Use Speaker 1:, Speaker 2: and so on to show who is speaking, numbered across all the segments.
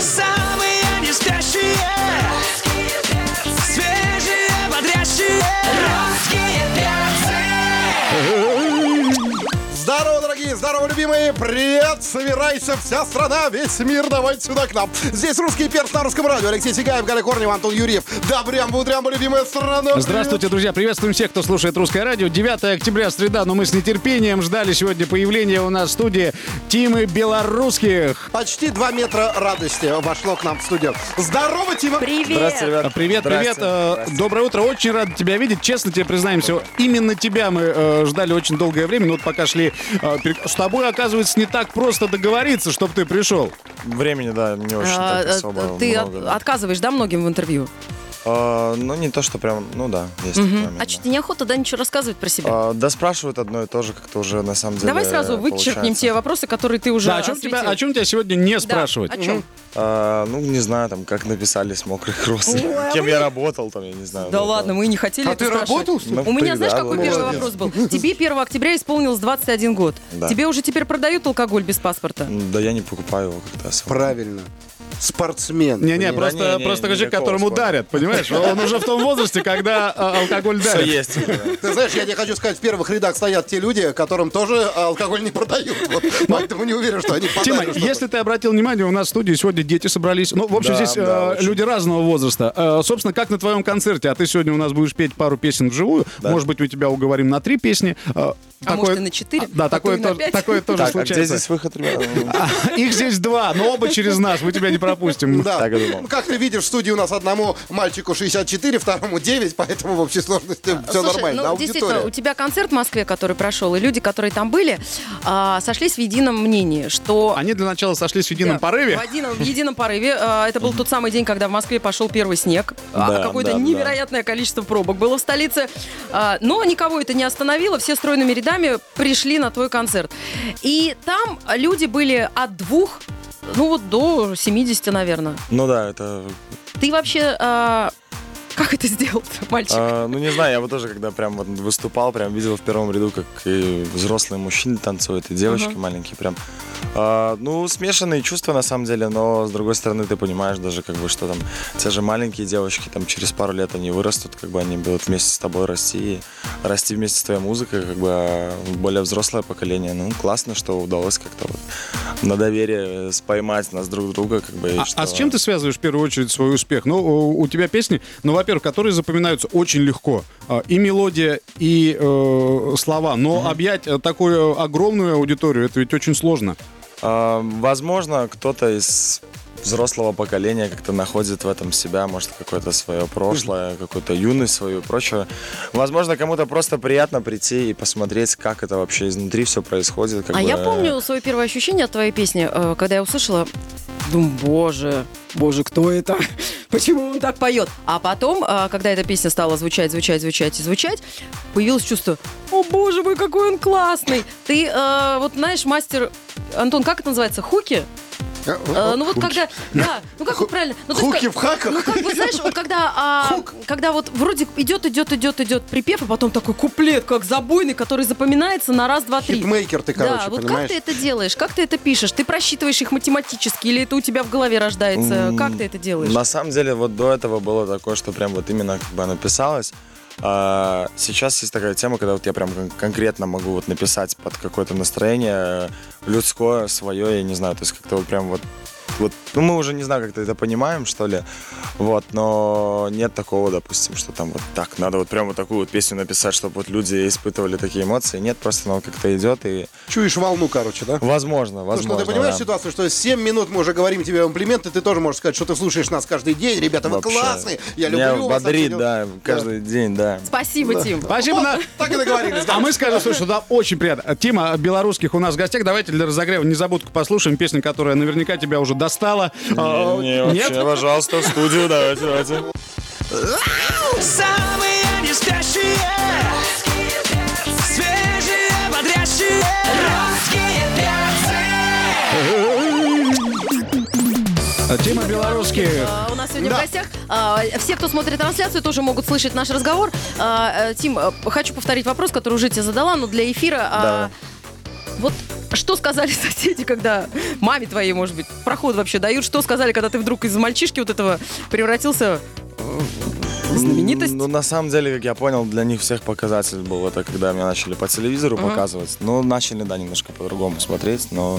Speaker 1: Самые не спящие Свежие, бодрящие Русские перцы
Speaker 2: Здорово, дорогие, здорово, любимые! Привет! Собирайся вся страна, весь мир, давайте сюда к нам! Здесь русский перс на русском радио. Алексей Сигаев, Галя Корнева, Антон Юрьев. Добрям, утрям, любимая страна!
Speaker 3: Здравствуйте, друзья! Приветствуем всех, кто слушает Русское радио. 9 октября, среда, но мы с нетерпением ждали сегодня появления у нас в студии Тимы Белорусских.
Speaker 2: Почти два метра радости вошло к нам в студию. Здорово, Тима!
Speaker 4: Привет!
Speaker 3: А, Привет, привет. Э, Доброе утро. Очень рад тебя видеть. Честно тебе признаемся, именно тебя мы э, ждали очень долгое время. Но вот пока шли... э, перек- С тобой, оказывается, не так просто договориться, чтобы ты пришел.
Speaker 5: Времени, да, не очень
Speaker 4: А,
Speaker 5: так
Speaker 4: а,
Speaker 5: особо
Speaker 4: Ты
Speaker 5: много.
Speaker 4: от-
Speaker 5: да.
Speaker 4: отказываешь, да, многим в интервью?
Speaker 5: А, ну, не то, что прям, ну да, есть такой момент,
Speaker 4: А
Speaker 5: да.
Speaker 4: что, тебе неохота, да, ничего рассказывать про себя?
Speaker 5: А, да спрашивают одно и то же, как-то уже на самом деле
Speaker 4: Давай сразу вычеркнем
Speaker 5: получается.
Speaker 4: те вопросы, которые ты уже
Speaker 3: Да, о чем, тебя,
Speaker 4: осветил.
Speaker 3: о чем тебя сегодня не
Speaker 4: Да,
Speaker 3: спрашивать?
Speaker 4: о чем?
Speaker 5: А, ну, не знаю, там, как написались мокрые кроссы,
Speaker 4: Ой, а
Speaker 5: кем
Speaker 4: вы-
Speaker 5: я работал, там, я не знаю.
Speaker 4: Да
Speaker 5: вот,
Speaker 4: ладно,
Speaker 5: там.
Speaker 4: мы и не хотели
Speaker 2: А
Speaker 4: это
Speaker 2: ты
Speaker 4: спрашивать.
Speaker 2: работал?
Speaker 5: Ну,
Speaker 4: У меня,
Speaker 5: ты-
Speaker 4: знаешь,
Speaker 5: да,
Speaker 4: какой
Speaker 5: ну,
Speaker 4: первый
Speaker 5: молодец.
Speaker 4: вопрос был? Тебе 1 октября исполнилось 21 год.
Speaker 5: Да.
Speaker 4: Тебе уже теперь продают алкоголь без паспорта.
Speaker 5: Да я не покупаю его как-то особо.
Speaker 2: Правильно. Спортсмен.
Speaker 3: Не-не,
Speaker 5: Да
Speaker 3: просто,
Speaker 5: не-не-не,
Speaker 3: просто человек,
Speaker 5: никакого
Speaker 3: которому
Speaker 5: спора.
Speaker 3: дарят, понимаешь? Он уже в том возрасте, когда э, алкоголь
Speaker 5: Всё
Speaker 3: дарит.
Speaker 5: есть. у меня.
Speaker 2: Ты знаешь, я тебе хочу сказать, в первых рядах стоят те люди, которым тоже алкоголь не продают. Вот, поэтому не уверен, что они
Speaker 3: Тима,
Speaker 2: подарят.
Speaker 3: если ты обратил внимание, у нас в студии сегодня дети собрались. Ну, в общем,
Speaker 5: Да,
Speaker 3: здесь э,
Speaker 5: да, очень.
Speaker 3: люди разного возраста. Э, собственно, как на твоем концерте? А ты сегодня у нас будешь петь пару песен вживую. Может быть, мы тебя уговорим на три песни. Э,
Speaker 4: А может, и на четыре,
Speaker 3: Да,
Speaker 4: а то
Speaker 3: такое,
Speaker 4: и на
Speaker 3: тоже-
Speaker 4: пять.
Speaker 3: такое тоже
Speaker 5: Так, а где
Speaker 3: случается.
Speaker 5: здесь выход, ребята?
Speaker 3: Их здесь два, но оба через нас. Мы тебя не пропустим.
Speaker 2: Да.
Speaker 5: Так и думал.
Speaker 2: Ну, Как ты видишь, в студии у нас одному мальчику 64, второму 9, поэтому в общей сложности все
Speaker 4: Слушай,
Speaker 2: нормально.
Speaker 4: ну, действительно, у
Speaker 2: Аудитория.
Speaker 4: тебя концерт в Москве, который прошел, и люди, которые там были, а, сошлись в едином мнении, что...
Speaker 3: Они для начала сошлись в едином
Speaker 4: Да,
Speaker 3: порыве.
Speaker 4: Э, В, едином- в едином порыве. А, Это был тот самый день, когда в Москве пошел первый снег. А,
Speaker 5: Да,
Speaker 4: Какое-то
Speaker 5: да, да.
Speaker 4: невероятное количество пробок было в столице. А, Но никого это не остановило. Все стройными рядами пришли на твой концерт. И там люди были от двух, ну вот до 70, наверное.
Speaker 5: Ну да, это...
Speaker 4: Ты вообще... а, Как это сделал, мальчик?
Speaker 5: а, Ну не знаю, я вот тоже, когда прям вот выступал, прям видел в первом ряду, как и взрослые мужчины танцуют, и девочки
Speaker 4: Ага.
Speaker 5: маленькие прям. А, Ну, смешанные чувства на самом деле, но с другой стороны ты понимаешь даже как бы, что там те же маленькие девочки там через пару лет они вырастут, как бы они будут вместе с тобой расти, и расти вместе с твоей музыкой, как бы а более взрослое поколение. Ну, классно, что удалось как-то вот на доверие э, споймать нас друг друга, как бы. и
Speaker 3: А, а с
Speaker 5: что-
Speaker 3: чем ты связываешь в первую очередь свой успех? Ну, у у тебя песни, ну, во-первых, которые запоминаются очень легко. А, И мелодия, и э, слова. Но объять э, такую огромную аудиторию, это ведь очень сложно.
Speaker 5: А, Возможно, кто-то из взрослого поколения как-то находит в этом себя, может, какое-то свое прошлое, какую-то юность свою и прочее. Возможно, кому-то просто приятно прийти и посмотреть, как это вообще изнутри все происходит. как
Speaker 4: а
Speaker 5: бы,
Speaker 4: я
Speaker 5: э,
Speaker 4: помню свое первое ощущение от твоей песни, э, когда я услышала, думаю, боже, боже, кто это? Почему он так поет? А потом, э, когда эта песня стала звучать, звучать, звучать и звучать, появилось чувство, о боже мой, какой он классный. Ты э, вот знаешь, мастер, Антон, как это называется, хуки? Э, ну вот когда, да, ну как вот правильно? Ну, то есть
Speaker 2: Хуки
Speaker 4: как-
Speaker 2: в хаках?
Speaker 4: ну, как бы, знаешь, вот когда, а, когда вот вроде идет, идет, идет, идет припев, а потом такой куплет, как забойный, который запоминается на раз, два, три.
Speaker 2: Хитмейкер ты, короче,
Speaker 4: да, вот
Speaker 2: понимаешь?
Speaker 4: как ты это делаешь? Как ты это пишешь? Ты просчитываешь их математически или это у тебя в голове рождается?
Speaker 5: М,
Speaker 4: Как ты это делаешь?
Speaker 5: На самом деле, вот до этого было такое, что прям вот именно как бы написалось. А, сейчас есть такая тема, когда вот я прям кон- конкретно могу вот написать под какое-то настроение э, людское, свое, я не знаю, то есть как-то вот прям вот вот, ну, мы уже не знаю, как-то это понимаем, что ли, вот, но нет такого, допустим, что там вот так, надо вот прям вот такую вот песню написать, чтобы вот люди испытывали такие эмоции, нет, просто оно как-то идет и...
Speaker 2: Чуешь волну, короче, да?
Speaker 5: Возможно,
Speaker 2: Потому
Speaker 5: возможно.
Speaker 2: Ну, что ты понимаешь
Speaker 5: да.
Speaker 2: ситуацию, что 7 минут мы уже говорим тебе комплименты, ты тоже можешь сказать, что ты слушаешь нас каждый день, ребята, вы
Speaker 5: Вообще.
Speaker 2: классные, я люблю
Speaker 5: Меня
Speaker 2: вас. а
Speaker 5: бодрит,
Speaker 2: там всё
Speaker 5: да,
Speaker 2: дело.
Speaker 5: каждый день, да.
Speaker 4: Спасибо, Тим.
Speaker 3: Спасибо. на-
Speaker 2: Так и договорились, да.
Speaker 3: А мы скажем, слушай, да, очень приятно. А, Тима белорусских у нас в гостях. Давайте для разогрева незабудку послушаем песню, которая наверняка тебя уже достала. А,
Speaker 5: Не, не, вообще,
Speaker 3: Нет?
Speaker 5: пожалуйста, в студию, давайте, давайте.
Speaker 1: Самые не спящие Свежие, бодрящие Русские перцы
Speaker 3: Тима белорусских.
Speaker 4: А, У нас сегодня в гостях а, все, кто смотрит трансляцию, тоже могут слышать наш разговор. А, э, Тим, э, хочу повторить вопрос, который уже тебе задала, но для эфира. а, Вот Что сказали соседи, когда маме твоей, может быть, проход вообще дают? Что сказали, когда ты вдруг из мальчишки вот этого превратился э, в знаменитость?
Speaker 5: Ну, на самом деле, как я понял, для них всех показатель был это, когда меня начали по телевизору
Speaker 4: Мгм.
Speaker 5: показывать. Ну, начали, да, немножко по-другому смотреть, но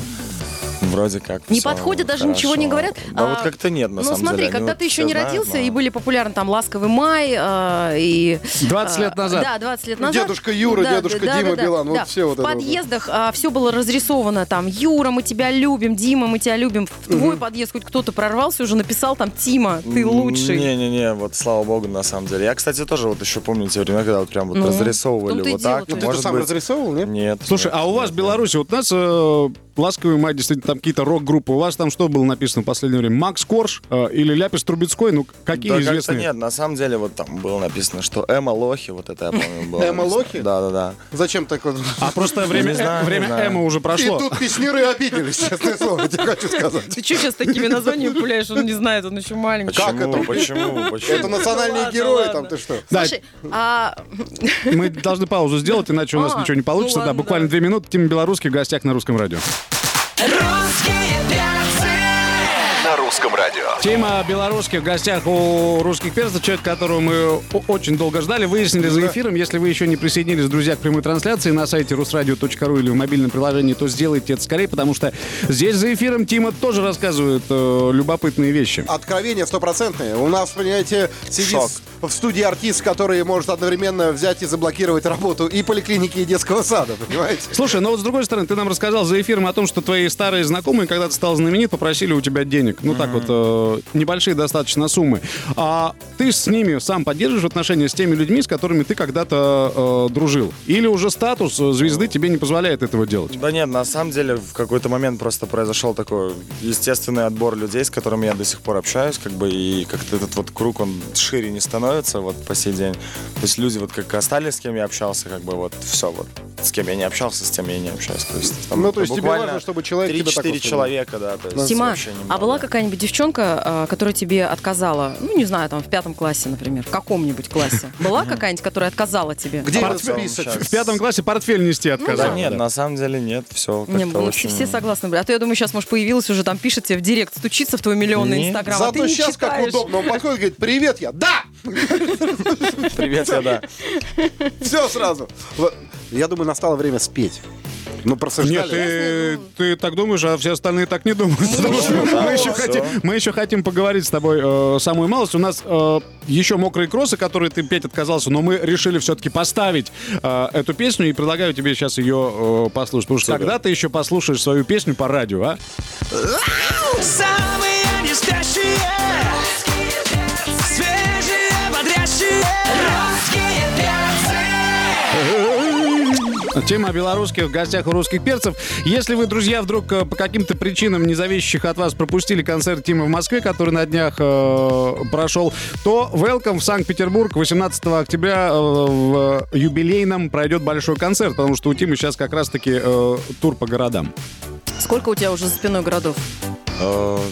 Speaker 5: вроде как
Speaker 4: Не
Speaker 5: всё
Speaker 4: подходят, даже ничего не говорят?
Speaker 5: Да
Speaker 4: А,
Speaker 5: вот как-то нет, на
Speaker 4: Ну,
Speaker 5: самом
Speaker 4: смотри,
Speaker 5: деле. Они
Speaker 4: когда
Speaker 5: вот
Speaker 4: ты еще
Speaker 5: всё
Speaker 4: не
Speaker 5: знают,
Speaker 4: родился,
Speaker 5: но-
Speaker 4: и были популярны там «Ласковый май», а, и...
Speaker 3: 20 лет
Speaker 4: а,
Speaker 3: назад.
Speaker 4: Да, 20 лет назад.
Speaker 2: Дедушка Юра, дедушка Дима Билан, вот все вот
Speaker 4: В
Speaker 2: это вот.
Speaker 4: подъездах все было разрисовано там «Юра, мы тебя любим», «Дима, мы тебя любим». В твой подъезд хоть кто-то прорвался, уже написал там «Тима, ты лучший».
Speaker 5: Не-не-не, вот слава богу, на самом деле. Я, кстати, тоже вот еще помню те времена, когда вот прям вот
Speaker 4: Ну, в
Speaker 5: разрисовывали
Speaker 4: том-то и
Speaker 5: вот
Speaker 4: дело,
Speaker 5: так.
Speaker 4: то
Speaker 2: Ну,
Speaker 4: есть.
Speaker 2: ты же сам разрисовывал, нет?
Speaker 5: Нет.
Speaker 3: Слушай,
Speaker 5: нет,
Speaker 3: а у
Speaker 5: нет,
Speaker 3: вас в
Speaker 5: нет.
Speaker 3: Беларуси, вот у нас э, ласковый май, действительно, там какие-то рок-группы. У вас там что было написано в последнее время? Макс Корж э, или Ляпис Трубецкой? Ну, какие
Speaker 5: Да как-то
Speaker 3: известные?
Speaker 5: нет, на самом деле вот там было написано, что Эмма Лохи, вот это я помню было.
Speaker 2: Эмма
Speaker 5: написано.
Speaker 2: Лохи?
Speaker 5: Да-да-да.
Speaker 2: Зачем так вот?
Speaker 3: А просто время,
Speaker 5: Не знаю,
Speaker 3: время
Speaker 5: не знаю.
Speaker 3: Эмма уже
Speaker 2: И
Speaker 3: прошло.
Speaker 2: тут песниры обиделись, честное слово, я тебе хочу сказать.
Speaker 4: Ты что сейчас такими названиями пуляешь? Он не знает, он еще маленький.
Speaker 2: Как
Speaker 5: Почему?
Speaker 2: это?
Speaker 5: Почему? Почему?
Speaker 2: Это национальные
Speaker 4: Ладно,
Speaker 2: герои
Speaker 4: ладно.
Speaker 2: там, ты что?
Speaker 3: Да,
Speaker 4: Слушай, а,
Speaker 3: мы должны паузу сделать, иначе у нас
Speaker 4: А,
Speaker 3: ничего не
Speaker 4: ну
Speaker 3: получится. да,
Speaker 4: ладно,
Speaker 3: буквально две минуты. Тим Белорусский в гостях на русском радио.
Speaker 1: Русские перцы.
Speaker 6: на русском радио.
Speaker 3: Тема белорусских в гостях у русских перцев, человек, которого мы о- очень долго ждали, выяснили за эфиром. Если вы еще не присоединились, друзья, к прямой трансляции на сайте rusradio.ru или в мобильном приложении, то сделайте это скорее, потому что здесь за эфиром Тима тоже рассказывает э, любопытные вещи.
Speaker 2: Откровение стопроцентное. У нас, понимаете, сидит
Speaker 5: Шок.
Speaker 2: в студии артист, который может одновременно взять и заблокировать работу и поликлиники, и детского сада, понимаете?
Speaker 3: Слушай, но вот с другой стороны, ты нам рассказал за эфиром о том, что твои старые знакомые, когда ты стал знаменит, попросили у тебя денег. Ну так вот, э, небольшие достаточно суммы. А ты с ними сам поддерживаешь отношения с теми людьми, с которыми ты когда-то э, дружил? Или уже статус э, звезды тебе не позволяет этого делать?
Speaker 5: Да нет, на самом деле в какой-то момент просто произошел такой естественный отбор людей, с которыми я до сих пор общаюсь, как бы, и как-то этот вот круг, он шире не становится вот по сей день. То есть люди вот как остались, с кем я общался, как бы вот все вот. С кем я не общался, с тем я и не общаюсь. То есть, там
Speaker 2: Ну, то есть тебе
Speaker 5: буквально
Speaker 2: важно, чтобы человек тебя так
Speaker 5: 3-4
Speaker 2: воспринимал.
Speaker 5: человека, да. То есть
Speaker 4: Тима,
Speaker 5: вообще
Speaker 4: а
Speaker 5: немного.
Speaker 4: была какая-нибудь девчонка, а, которая тебе отказала? Ну, не знаю, там, в пятом классе, например, в каком-нибудь классе. Была какая-нибудь, которая отказала тебе?
Speaker 2: Где
Speaker 5: Портфель
Speaker 2: этот список?
Speaker 5: сейчас.
Speaker 3: В пятом классе портфель нести отказал.
Speaker 5: Да нет, на самом деле нет, все.
Speaker 4: Не, мы все, все согласны были. А то, я думаю, сейчас, может, появилась уже там, пишет тебе в директ, стучится в твой миллионный
Speaker 5: Не.
Speaker 4: инстаграм, а ты
Speaker 2: Зато
Speaker 4: не
Speaker 2: сейчас как
Speaker 4: читаешь.
Speaker 2: удобно. Он подходит и говорит, привет, я. Да!
Speaker 5: Привет, я да.
Speaker 2: Все сразу. Вот. Я думаю, настало время спеть. Ну, просыждали.
Speaker 3: Нет, ты, ты так думаешь, а все остальные так не
Speaker 5: Ну,
Speaker 3: думают. Потому что
Speaker 5: да,
Speaker 3: мы, еще
Speaker 5: всё.
Speaker 3: хотим, мы еще хотим поговорить с тобой э, самую малость. У нас э, еще мокрые кроссы, которые ты петь отказался, но мы решили все-таки поставить э, эту песню и предлагаю тебе сейчас ее э, послушать. Потому что когда ты еще послушаешь свою песню по радио, а?
Speaker 1: Самые неспящие Свежие, бодрящие Русские перцы
Speaker 3: Тема о белорусских в гостях у русских перцев. Если вы, друзья, вдруг э, по каким-то причинам, не зависящих от вас, пропустили концерт Тимы в Москве, который на днях э, прошел, то welcome в Санкт-Петербург 18 октября э, в э, юбилейном пройдет большой концерт, потому что у Тимы сейчас как раз-таки э, тур по городам.
Speaker 4: Сколько у тебя уже за спиной городов?
Speaker 5: Э,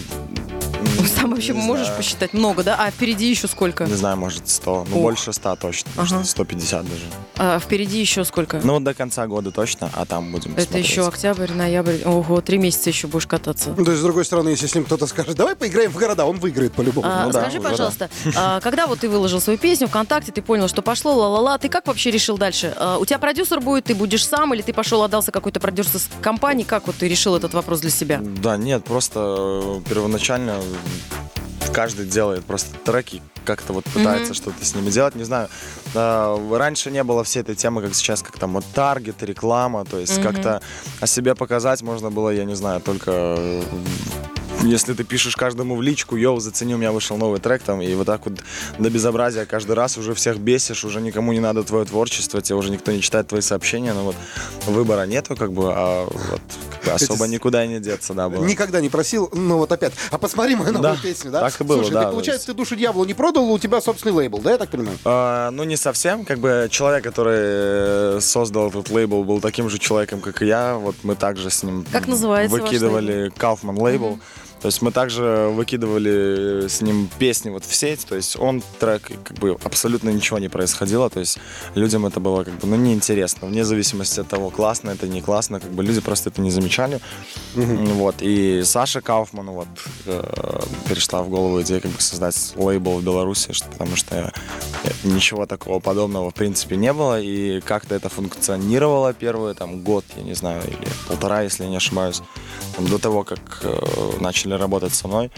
Speaker 4: Ну, Сам вообще можешь посчитать? Много, да? А впереди еще сколько?
Speaker 5: Не знаю, может 100, ну
Speaker 4: Ох.
Speaker 5: больше 100 точно, может,
Speaker 4: Ага.
Speaker 5: 150 даже.
Speaker 4: А, впереди еще сколько?
Speaker 5: Ну, до конца года точно, а там будем
Speaker 4: Это еще октябрь, ноябрь. Ого, три месяца еще будешь кататься.
Speaker 2: Ну, То есть, с другой стороны, если с ним кто-то скажет, давай поиграем в города, он выиграет по-любому.
Speaker 4: А,
Speaker 5: ну да,
Speaker 4: скажи,
Speaker 5: уже да.
Speaker 4: пожалуйста, а, когда вот ты выложил свою песню ВКонтакте, ты понял, что пошло ла-ла-ла, ты как вообще решил дальше? А, у тебя продюсер будет, ты будешь сам, или ты пошел отдался какой-то продюсерской компании? Как вот ты решил этот вопрос для себя?
Speaker 5: Да, нет, просто э, первоначально каждый делает просто треки, как-то вот пытается что-то с ними делать, не знаю. Да, раньше не было всей этой темы, как сейчас, как там вот таргет, реклама, то есть как-то о себе показать можно было, я не знаю, только э, если ты пишешь каждому в личку, йоу, зацени, у меня вышел новый трек там, и вот так вот до безобразия каждый раз уже всех бесишь, уже никому не надо твое творчество, тебе уже никто не читает твои сообщения, но вот выбора нету, как бы, а вот как бы особо никуда и не деться, да, было.
Speaker 2: Никогда не просил, ну вот опять. А посмотри мою новую
Speaker 5: Да,
Speaker 2: песню, да?
Speaker 5: так и было,
Speaker 2: Слушай,
Speaker 5: да,
Speaker 2: так
Speaker 5: то
Speaker 2: получается,
Speaker 5: есть.
Speaker 2: ты душу дьяволу не продал, у тебя собственный лейбл, да, я так понимаю?
Speaker 5: А, ну, не совсем. Как бы человек, который э, создал этот лейбл, был таким же человеком, как и я. Вот мы также с ним
Speaker 4: Как называется ваш
Speaker 5: выкидывали Kaufman лейбл. То есть мы также выкидывали с ним песни вот в сеть, то есть он трек, и как бы абсолютно ничего не происходило, то есть людям это было как бы, ну, неинтересно, вне зависимости от того, классно это, не классно, как бы люди просто это не замечали. Вот, и Саша Кауфман вот э, перешла в голову идея как бы создать лейбл в Беларуси, что- потому что э, ничего такого подобного в принципе не было, и как-то это функционировало первый там год, я не знаю, или полтора, если я не ошибаюсь, там, до того, как э, начали работать со мной.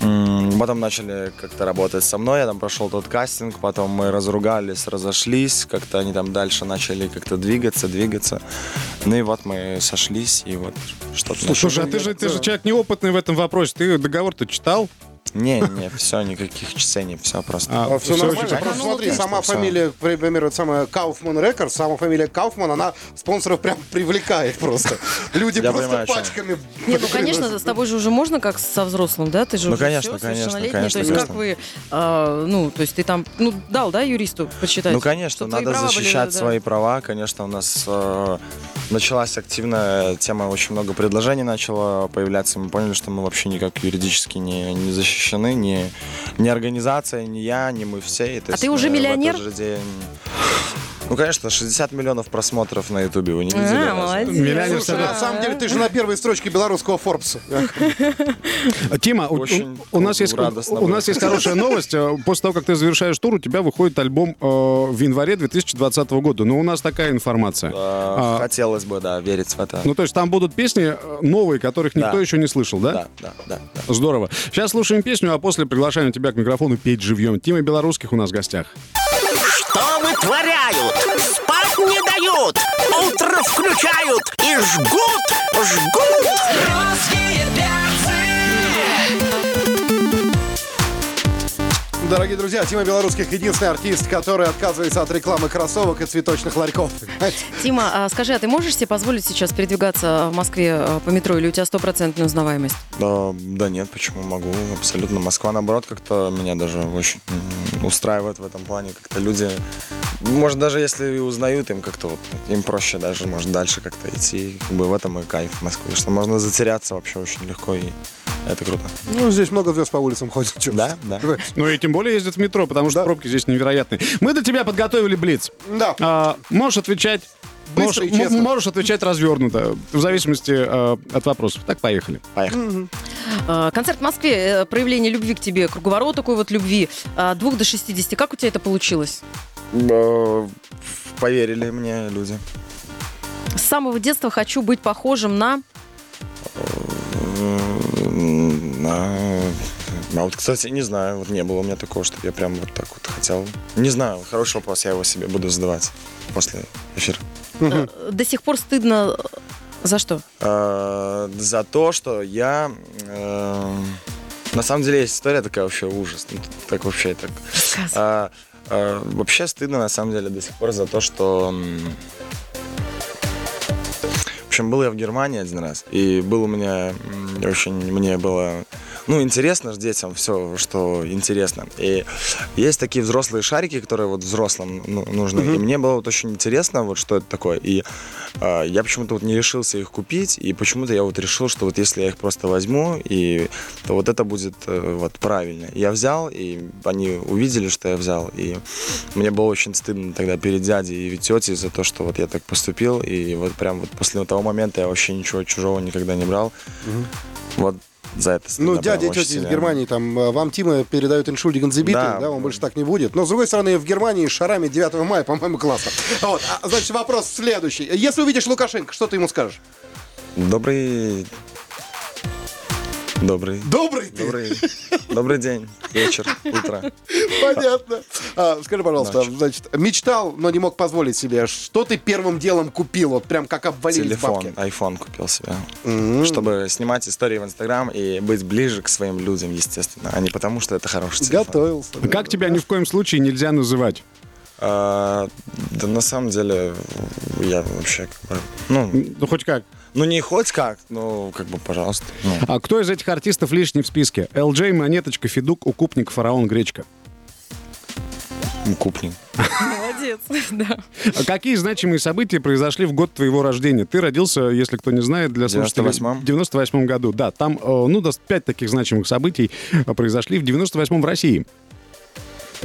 Speaker 5: М, Потом начали как-то работать со мной, я там прошел тот кастинг, потом мы разругались, разошлись, как-то они там дальше начали как-то двигаться, двигаться. Ну и вот мы сошлись, и вот что-то...
Speaker 3: Слушай, а ты же, ты же человек неопытный в этом вопросе. Ты договор-то читал?
Speaker 5: Не, не, все, никаких чтений, все просто.
Speaker 3: А,
Speaker 2: Все
Speaker 3: всё
Speaker 2: Э, нормально,
Speaker 3: очень-
Speaker 2: просто
Speaker 5: Ну,
Speaker 2: смотри,
Speaker 5: конечно,
Speaker 2: сама
Speaker 5: всё.
Speaker 2: фамилия, к примеру, вот самая Кауфман Рекорд, сама фамилия Кауфман, она спонсоров прям привлекает просто. Люди
Speaker 5: Я
Speaker 2: просто
Speaker 5: понимаю, о чём.
Speaker 2: пачками...
Speaker 4: Не, ну конечно, с тобой же уже можно как со взрослым, да? Ты же
Speaker 5: Ну,
Speaker 4: уже
Speaker 5: конечно,
Speaker 4: всё,
Speaker 5: конечно,
Speaker 4: совершеннолетний.
Speaker 5: конечно,
Speaker 4: То есть как
Speaker 5: конечно.
Speaker 4: вы, а, ну, то есть ты там, ну, дал, да, юристу почитать?
Speaker 5: Ну, конечно,
Speaker 4: чтоб твои
Speaker 5: надо
Speaker 4: права были,
Speaker 5: защищать
Speaker 4: да?
Speaker 5: свои права. Конечно, у нас э, началась активная тема, очень много предложений начало появляться. Мы поняли, что мы вообще никак юридически не, не защищены, ни, ни организация, ни я, ни мы все. И, то
Speaker 4: А
Speaker 5: есть
Speaker 4: ты уже
Speaker 5: мы в этот
Speaker 4: миллионер?
Speaker 5: же день- Ну, конечно, 60 миллионов просмотров на Ютубе, вы не
Speaker 4: А,
Speaker 5: видели? разве?
Speaker 4: молодец.
Speaker 3: Миллионер
Speaker 2: Слушай, на самом деле ты же на первой строчке белорусского Форбса.
Speaker 3: А, Тима, у-
Speaker 5: Очень
Speaker 3: у, у нас есть,
Speaker 5: радостно
Speaker 3: у нас
Speaker 5: было.
Speaker 3: есть хорошая новость. Э, После того, как ты завершаешь тур, у тебя выходит альбом э, в январе 2020 года. Но у нас такая информация.
Speaker 5: Э,
Speaker 3: А,
Speaker 5: Хотелось бы, да, верить в это.
Speaker 3: Ну, то есть там будут песни э, новые, которых никто
Speaker 5: Да.
Speaker 3: еще не слышал,
Speaker 5: да, да, да, да.
Speaker 3: Здорово. Сейчас слушаем песню, а после приглашаем тебя к микрофону петь живьем. Тима Белорусских у нас в гостях.
Speaker 6: Что вытворяют? Спать не дают! Утро включают и жгут, жгут!
Speaker 1: Русские перцы
Speaker 2: Дорогие друзья, Тима Белорусских единственный артист, который отказывается от рекламы кроссовок и цветочных ларьков.
Speaker 4: Тима, а скажи, а ты можешь себе позволить сейчас передвигаться в Москве а, по метро или у тебя стопроцентная узнаваемость?
Speaker 5: Да, А, да нет, почему могу? Абсолютно. Москва, наоборот, как-то меня даже очень м, устраивает в этом плане. Как-то люди, может, даже если и узнают, им как-то вот, им проще даже, может, дальше как-то идти. Как бы в этом и кайф Москвы, что можно затеряться вообще очень легко, и это круто.
Speaker 2: Ну, здесь много звезд по улицам ходит. чё.
Speaker 5: Да, да.
Speaker 3: Ну и тем более ездят в метро, потому что
Speaker 2: Да.
Speaker 3: пробки здесь невероятные. Мы для тебя подготовили блиц.
Speaker 2: Да.
Speaker 3: А, можешь отвечать...
Speaker 2: Быстро и
Speaker 3: можешь, м-
Speaker 2: честно.
Speaker 3: можешь отвечать развернуто, в зависимости э, от вопросов. Так, поехали.
Speaker 5: Поехали.
Speaker 4: А, Концерт в Москве, э, проявление любви к тебе, круговорот такой вот любви, от 2 до 60. Как у тебя это получилось?
Speaker 5: Э, Поверили мне люди.
Speaker 4: С самого детства хочу быть похожим на...
Speaker 5: М, А а вот, кстати, не знаю, вот не было у меня такого, что я прям вот так вот хотел. Не знаю, хороший вопрос, я его себе буду задавать после эфира.
Speaker 2: Хм.
Speaker 4: Э, До сих пор стыдно... э, За что?
Speaker 5: Э, За то, что я... э, На самом деле есть история такая вообще ужас. Ну, Так вообще так. А, а, Вообще стыдно на самом деле до сих пор за то, что м, В общем, был я в Германии один раз, и был у меня м, очень, мне было, ну, интересно же детям все, что интересно. И есть такие взрослые шарики, которые вот взрослым ну, нужны. И мне было вот очень интересно, вот что это такое. И а, я почему-то вот не решился их купить, и почему-то я вот решил, что вот если я их просто возьму, и то вот это будет э, вот правильно. Я взял, и они увидели, что я взял, и мне было очень стыдно тогда перед дядей и тетей за то, что вот я так поступил, и вот прям вот после того момента я вообще ничего чужого никогда не брал. Вот за это
Speaker 2: Ну,
Speaker 5: стыдно прям
Speaker 2: дядя и
Speaker 5: очень
Speaker 2: тетя из
Speaker 5: сильно.
Speaker 2: Германии, там, э, вам Тима передают иншульдиген да.
Speaker 5: Да.
Speaker 2: да, он больше так не будет. Но, с другой стороны, в Германии с шарами 9 мая, по-моему, классно. Вот, а, значит, вопрос следующий. Если увидишь Лукашенко, что ты ему скажешь?
Speaker 5: Добрый... Добрый...
Speaker 2: Добрый ты!
Speaker 5: Добрый... Добрый день, вечер, утро.
Speaker 2: Понятно. А, скажи, пожалуйста, значит, мечтал, но не мог позволить себе. Что ты первым делом купил? Вот прям как обвалились
Speaker 5: Телефон,
Speaker 2: бабки.
Speaker 5: iPhone купил себе, чтобы снимать истории в Инстаграм и быть ближе к своим людям, естественно, а не потому, что это хороший телефон.
Speaker 2: Готовился. да.
Speaker 3: Как тебя ни в коем случае нельзя называть?
Speaker 5: А, да на самом деле я вообще как бы, ну,
Speaker 3: Ну, хоть как.
Speaker 5: ну не хоть как, ну как бы пожалуйста. ну.
Speaker 3: А кто из этих артистов лишний в списке? ЛД, Монеточка, Федук, Укупник, Фараон, Гречка.
Speaker 5: М, Купник.
Speaker 2: А.
Speaker 4: Молодец, да.
Speaker 3: А Какие значимые события произошли в год твоего рождения? Ты родился, если кто не знает, для слушателей...
Speaker 5: 98-м.
Speaker 3: В 98 году, да. Там, э, ну, да, пять таких значимых событий э, произошли в 98-м в России.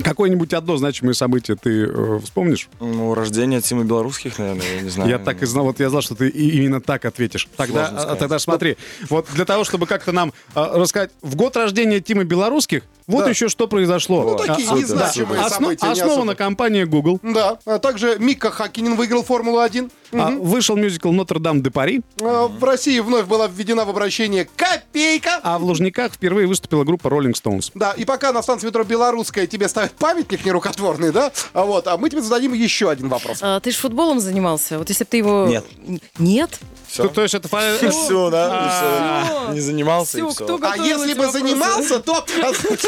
Speaker 3: Какое-нибудь одно значимое событие ты э, вспомнишь?
Speaker 5: Ну, рождение Тимы Белорусских, наверное, я не знаю.
Speaker 3: Я так и знал, вот я знал, что ты и- именно так ответишь. Тогда,
Speaker 5: Сложно
Speaker 3: а,
Speaker 5: сказать.
Speaker 3: тогда смотри, вот для того, чтобы как-то нам а, рассказать, в год рождения Тимы Белорусских, вот
Speaker 2: Да.
Speaker 3: еще что произошло.
Speaker 2: Ну, такие
Speaker 3: А, а,
Speaker 2: незначимые
Speaker 3: да.
Speaker 2: события, не особо.
Speaker 3: Основана компания Google.
Speaker 2: Да, а также Мика Хакинин выиграл Формулу-1.
Speaker 3: А, вышел мюзикл «Нотр-Дам де Пари»,
Speaker 2: А, В России вновь была введена в обращение копейка.
Speaker 3: а в Лужниках впервые выступила группа Rolling Stones.
Speaker 2: Да, и пока на станции метро Белорусская тебе ставят памятник нерукотворный, да? А вот, а мы тебе зададим еще один вопрос.
Speaker 4: А, ты же футболом занимался. Вот если бы ты его...
Speaker 5: Нет.
Speaker 4: Н- Нет?
Speaker 3: То, то есть это э, твоя-
Speaker 5: Все, да? и всё. Не занимался,
Speaker 4: Всё,
Speaker 5: и все.
Speaker 4: кто
Speaker 2: А
Speaker 4: готовил
Speaker 2: если
Speaker 4: эти
Speaker 2: бы
Speaker 4: вопросы?
Speaker 2: занимался, то...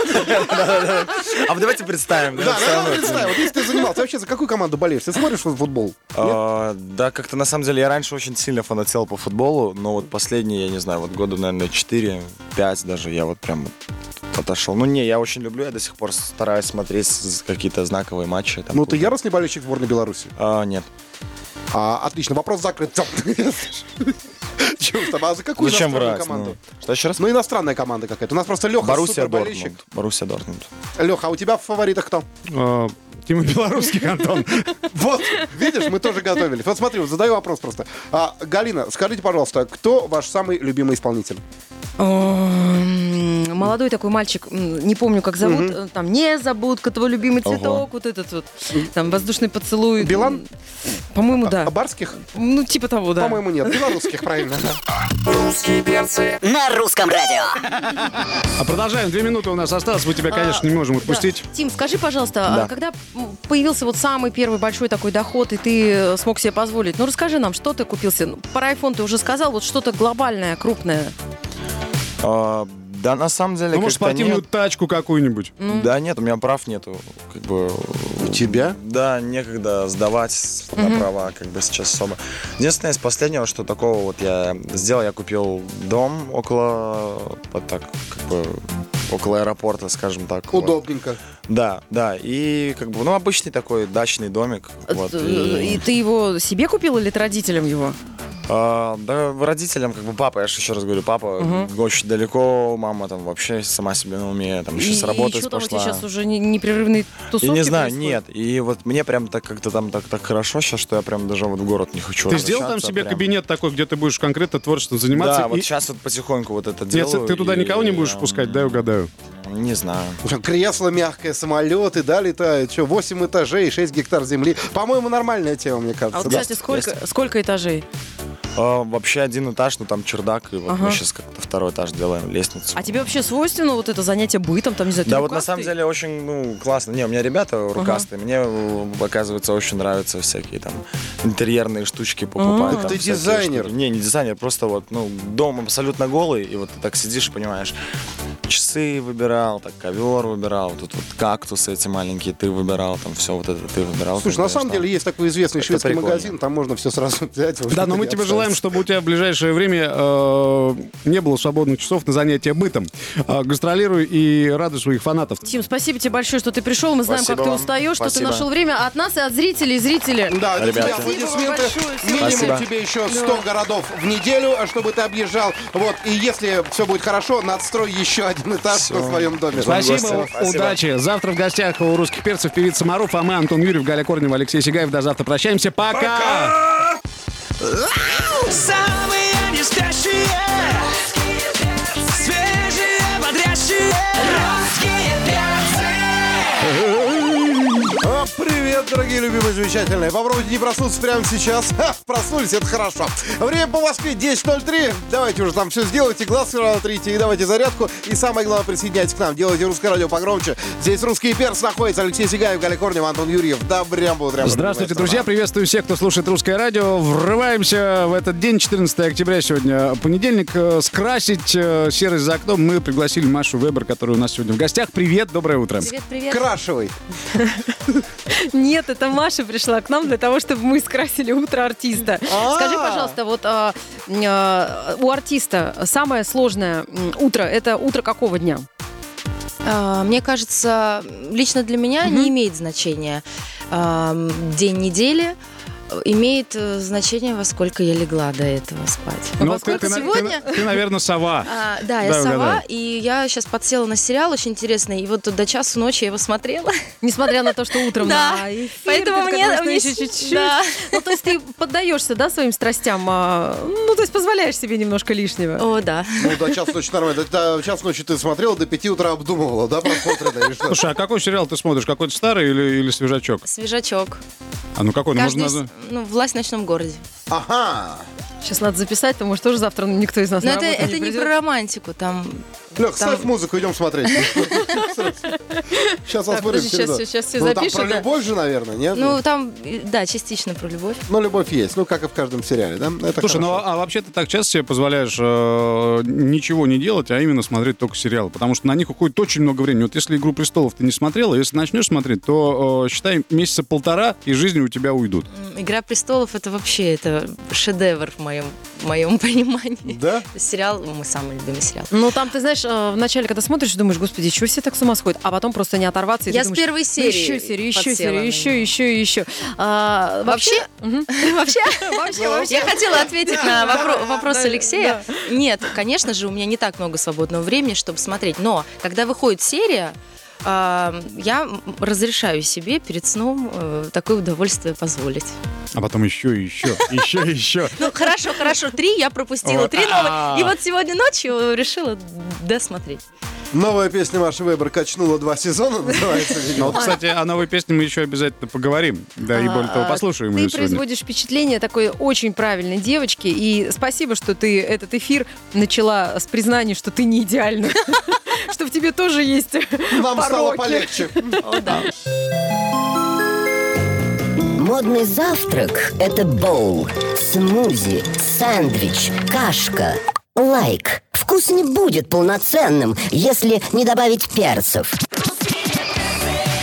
Speaker 5: А вот давайте представим, да?
Speaker 2: Да,
Speaker 5: всё
Speaker 2: да,
Speaker 5: равно.
Speaker 2: представь, вот если ты занимался, ты вообще за какую команду болеешь? Ты смотришь фут- футбол?
Speaker 5: А, Да, как-то на самом деле я раньше очень сильно фанател по футболу, но вот последние, я не знаю, вот года, наверное, 4-5 даже я вот прям вот отошел. Ну не, я очень люблю, я до сих пор стараюсь смотреть с- какие-то знаковые матчи. там.
Speaker 2: Ну, ты яростный болельщик сборной Беларуси.
Speaker 5: А, Нет.
Speaker 2: А, отлично, вопрос закрыт. Всё. Чего там, а за какую
Speaker 5: Зачем
Speaker 2: иностранную
Speaker 5: врать?
Speaker 2: команду?
Speaker 5: ну? Что еще раз?
Speaker 2: Ну, иностранная команда какая-то. У нас просто Леха
Speaker 5: Боруссия
Speaker 2: супер болельщик.
Speaker 5: Дортмунд. Боруссия Дортмунд.
Speaker 2: Леха, а у тебя в фаворитах кто?
Speaker 3: Э, Тима Белорусских, Антон.
Speaker 2: Вот, видишь, мы тоже готовились. Вот смотри, вот задаю вопрос просто. А, Галина, скажите, пожалуйста, кто ваш самый любимый исполнитель?
Speaker 4: М, Молодой такой мальчик, м, не помню, как зовут, э, там незабудка, твой любимый
Speaker 5: Ого.
Speaker 4: цветок, вот этот вот, там воздушный поцелуй.
Speaker 2: Билан?
Speaker 4: По-моему, да.
Speaker 2: А барских?
Speaker 4: Ну, типа того, да.
Speaker 2: По-моему, нет. Белорусских, правильно. да.
Speaker 6: На русском радио.
Speaker 3: А продолжаем, две минуты у нас осталось, мы тебя, конечно, не можем
Speaker 4: Да.
Speaker 3: отпустить.
Speaker 4: Тим, скажи, пожалуйста, а
Speaker 5: Да.
Speaker 4: когда м, появился вот самый первый большой такой доход, и ты э, смог себе позволить, ну расскажи нам, что ты купил себе? Ну, Про iPhone ты уже сказал, вот что-то глобальное, крупное.
Speaker 5: А, Да, на самом деле,
Speaker 3: Ну, может,
Speaker 5: как-то
Speaker 3: спортивную
Speaker 5: нет.
Speaker 3: тачку какую-нибудь.
Speaker 2: Ну.
Speaker 5: Да нет, у меня прав нету. Как бы, у
Speaker 2: тебя?
Speaker 5: Да, некогда сдавать с- на права, как бы сейчас особо. Единственное, из последнего, что такого вот я сделал, я купил дом около, вот так, как бы, около аэропорта, скажем так. вот.
Speaker 2: Удобненько.
Speaker 5: Да, да, и как бы, ну, обычный такой дачный домик. Вот,
Speaker 4: Э, И ты его себе купил или ты родителям его?
Speaker 5: А, да, родителям, как бы папа, я же еще раз говорю, папа очень далеко, мама там вообще сама себе на уме, там еще
Speaker 4: и,
Speaker 5: с работы
Speaker 4: и что там у тебя
Speaker 5: пошла.
Speaker 4: сейчас уже не- непрерывные тусовки
Speaker 5: Я не знаю,
Speaker 4: происходят?
Speaker 5: нет. И вот мне прям так как-то там так, так хорошо сейчас, что я прям даже вот в город не хочу.
Speaker 3: Ты сделал там
Speaker 5: возвращаться,
Speaker 3: себе
Speaker 5: прям.
Speaker 3: кабинет такой, где ты будешь конкретно творчеством заниматься?
Speaker 5: Да, вот
Speaker 3: и-
Speaker 5: сейчас вот потихоньку вот это
Speaker 3: Нет,
Speaker 5: делаю.
Speaker 3: ты туда
Speaker 5: и,
Speaker 3: никого не будешь
Speaker 5: эм,
Speaker 3: пускать, да, я угадаю?
Speaker 5: Не знаю.
Speaker 2: Причем Кресло мягкое, самолеты, да, летают. Что, 8 этажей, 6 гектар земли. По-моему, нормальная тема, мне
Speaker 4: А вот,
Speaker 2: кажется. да.
Speaker 4: кстати, сколько, сколько этажей?
Speaker 5: А, вообще один этаж, ну там чердак, и вот
Speaker 4: Ага.
Speaker 5: мы сейчас как-то второй этаж делаем, лестницу.
Speaker 4: А тебе вообще свойственно вот это занятие бытом, там, не знаю, ты
Speaker 5: Да, вот на
Speaker 4: рукастый?
Speaker 5: самом деле очень ну, классно. Не, у меня ребята рукастые, мне, э, оказывается, очень нравятся всякие там интерьерные штучки покупать.
Speaker 2: Ах,
Speaker 5: там
Speaker 2: ты
Speaker 5: всякие
Speaker 2: дизайнер.
Speaker 5: штуки. Не, не дизайнер, просто вот, ну, дом абсолютно голый, и вот ты так сидишь, понимаешь, часы выбирал, так ковер выбирал, тут вот кактусы эти маленькие ты выбирал, там все вот это ты выбирал.
Speaker 2: Слушай, на самом деле есть такой известный
Speaker 5: Это
Speaker 2: шведский
Speaker 5: прикольно.
Speaker 2: магазин, там можно все сразу взять.
Speaker 3: Да, но мы тебе желаем, чтобы у тебя в ближайшее время э, не было свободных часов на занятия бытом. Э, гастролируй и радуй своих фанатов.
Speaker 4: Тим, спасибо тебе большое, что ты пришел. Мы знаем,
Speaker 5: Спасибо
Speaker 4: как ты
Speaker 5: вам.
Speaker 4: устаешь, что ты
Speaker 5: Спасибо.
Speaker 4: нашел время А от нас и от зрителей, и зрители.
Speaker 2: Да, для тебя
Speaker 5: Ребята.
Speaker 2: аплодисменты.
Speaker 4: Спасибо вам большое.
Speaker 2: Минимум
Speaker 5: Спасибо.
Speaker 2: тебе еще 100 городов в неделю, а чтобы ты объезжал. Вот, и если все будет хорошо, надстрой еще один этаж на своем доме.
Speaker 3: Спасибо,
Speaker 5: Спасибо.
Speaker 3: удачи. Завтра в гостях у русских перцев певица Маруф, а мы, Антон Юрьев, Галя Корнева, Алексей Сигаев. До завтра прощаемся. Пока!
Speaker 1: Самые неспящие Свежие, бодрящие Русские перцы
Speaker 2: А, Привет, дорогие любимые замечательные. Попробуйте не проснуться прямо сейчас. Ха, проснулись, это хорошо. Время по Москве 10.03. Давайте уже там все сделайте, глаз рано трите, и давайте зарядку. И самое главное, присоединяйтесь к нам. Делайте русское радио погромче. Здесь русский перс находится. Алексей Сигаев, Галя Корнев, Антон Юрьев. Да, прям будет прям.
Speaker 3: Здравствуйте, друзья. Приветствую всех, кто слушает «Русское радио». Врываемся в этот день, 14 октября сегодня, понедельник. Э, Скрасить э, серость за окном мы пригласили Машу Вебер, которая у нас сегодня в гостях. Привет, доброе утро.
Speaker 4: Привет, привет.
Speaker 2: Крашевый.
Speaker 4: Нет, это Маша пришла к нам для того, чтобы мы скрасили утро артиста. Скажи, пожалуйста, вот а, м, а, у артиста самое сложное м, утро, это утро какого дня?
Speaker 7: Э, А, Мне кажется, лично для меня не имеет значения ам, день недели. э, Имеет э, значение, во сколько я легла до этого спать.
Speaker 3: Ну,
Speaker 4: поскольку
Speaker 3: на-
Speaker 7: сегодня-
Speaker 3: ты, наверное, сова.
Speaker 7: А, да, я
Speaker 3: Да,
Speaker 7: сова,
Speaker 3: угадал.
Speaker 7: и я сейчас подсела на сериал очень интересный, и вот до часу ночи я его смотрела.
Speaker 4: Несмотря на то, что утром
Speaker 7: Да.
Speaker 4: на эфир,
Speaker 7: Поэтому
Speaker 4: ты
Speaker 7: мне-
Speaker 4: такая думаешь,
Speaker 7: мне
Speaker 4: «Ну, еще
Speaker 7: с-
Speaker 4: чуть-чуть.
Speaker 7: да.
Speaker 4: Ну, то есть ты поддаешься, да, своим страстям? а, Ну, то есть позволяешь себе немножко лишнего.
Speaker 7: О, да.
Speaker 2: Ну, до час ночи нормально. До, до час ночи ты смотрела, до пяти утра обдумывала, да, просмотренное или что?
Speaker 3: Слушай, а какой сериал ты смотришь? Какой-то старый или, или свежачок?
Speaker 7: Свежачок.
Speaker 3: А ну какой? Ну,
Speaker 7: Каждый,
Speaker 3: можно
Speaker 7: с-
Speaker 3: назвать?
Speaker 7: ну, власть в ночном городе.
Speaker 2: Ага.
Speaker 4: Сейчас надо записать, потому что тоже завтра никто из нас
Speaker 7: Но
Speaker 4: на
Speaker 7: это,
Speaker 4: работу
Speaker 7: это не
Speaker 4: придет.
Speaker 7: про романтику, там
Speaker 2: Лех, ставь музыку, идем смотреть. Сейчас
Speaker 4: Так,
Speaker 2: посмотрим.
Speaker 4: подожди, щас- щас- щас все
Speaker 2: Ну, там
Speaker 4: запишут,
Speaker 2: про
Speaker 4: да.
Speaker 2: любовь же, наверное, нет?
Speaker 7: Ну, там, э, да, частично про любовь.
Speaker 2: Ну, любовь есть, ну, как и в каждом сериале, да? Это
Speaker 3: Слушай, ну
Speaker 2: хорошо.
Speaker 3: а вообще ты так часто себе позволяешь э, ничего не делать, а именно смотреть только сериалы, потому что на них уходит очень много времени. Вот если «Игру престолов» ты не смотрела, если начнешь смотреть, то э, считай месяца полтора, и жизни у тебя уйдут.
Speaker 7: М, «Игра престолов» — это вообще это шедевр в моем, в моем понимании.
Speaker 2: Да?
Speaker 7: Сериал, мой самый любимый сериал.
Speaker 4: Ну, там, ты знаешь, э, вначале, когда смотришь, думаешь, господи, чего все так с ума сходят? А потом просто не оторваться. И ты
Speaker 7: Я с
Speaker 4: думаешь,
Speaker 7: первой
Speaker 4: «Ну,
Speaker 7: серии
Speaker 4: Еще серию, еще
Speaker 7: подсела
Speaker 4: серию,
Speaker 7: на
Speaker 4: еще, еще, и еще. А,
Speaker 7: Вообще,
Speaker 4: Мгм.
Speaker 7: вообще, я хотела ответить на вопро- вопрос
Speaker 4: да,
Speaker 7: Алексея. Нет, конечно же, у меня не так много свободного времени, чтобы смотреть. Но когда выходит серия, а, я м, разрешаю себе перед сном э, такое удовольствие позволить.
Speaker 3: А потом еще и еще, еще и еще.
Speaker 7: Ну хорошо, хорошо, три я пропустила,
Speaker 3: Вот.
Speaker 7: три новых.
Speaker 3: А.
Speaker 7: И вот сегодня ночью решила досмотреть.
Speaker 2: Новая песня Маши Вебер «Качнула два сезона» называется.
Speaker 3: Ну,
Speaker 2: видимо.
Speaker 3: вот, кстати, о новой песне мы еще обязательно поговорим. Да, и более того,
Speaker 4: А,
Speaker 3: послушаем
Speaker 4: Ты
Speaker 3: ее сегодня.
Speaker 4: производишь впечатление такой очень правильной девочки. И спасибо, что ты этот эфир начала с признания, что ты не идеальна. Что в тебе тоже есть
Speaker 2: Нам стало
Speaker 4: пороки.
Speaker 2: полегче.
Speaker 6: Модный завтрак – это боул, смузи, сэндвич, кашка, лайк. Вкус не будет полноценным, если не добавить перцев.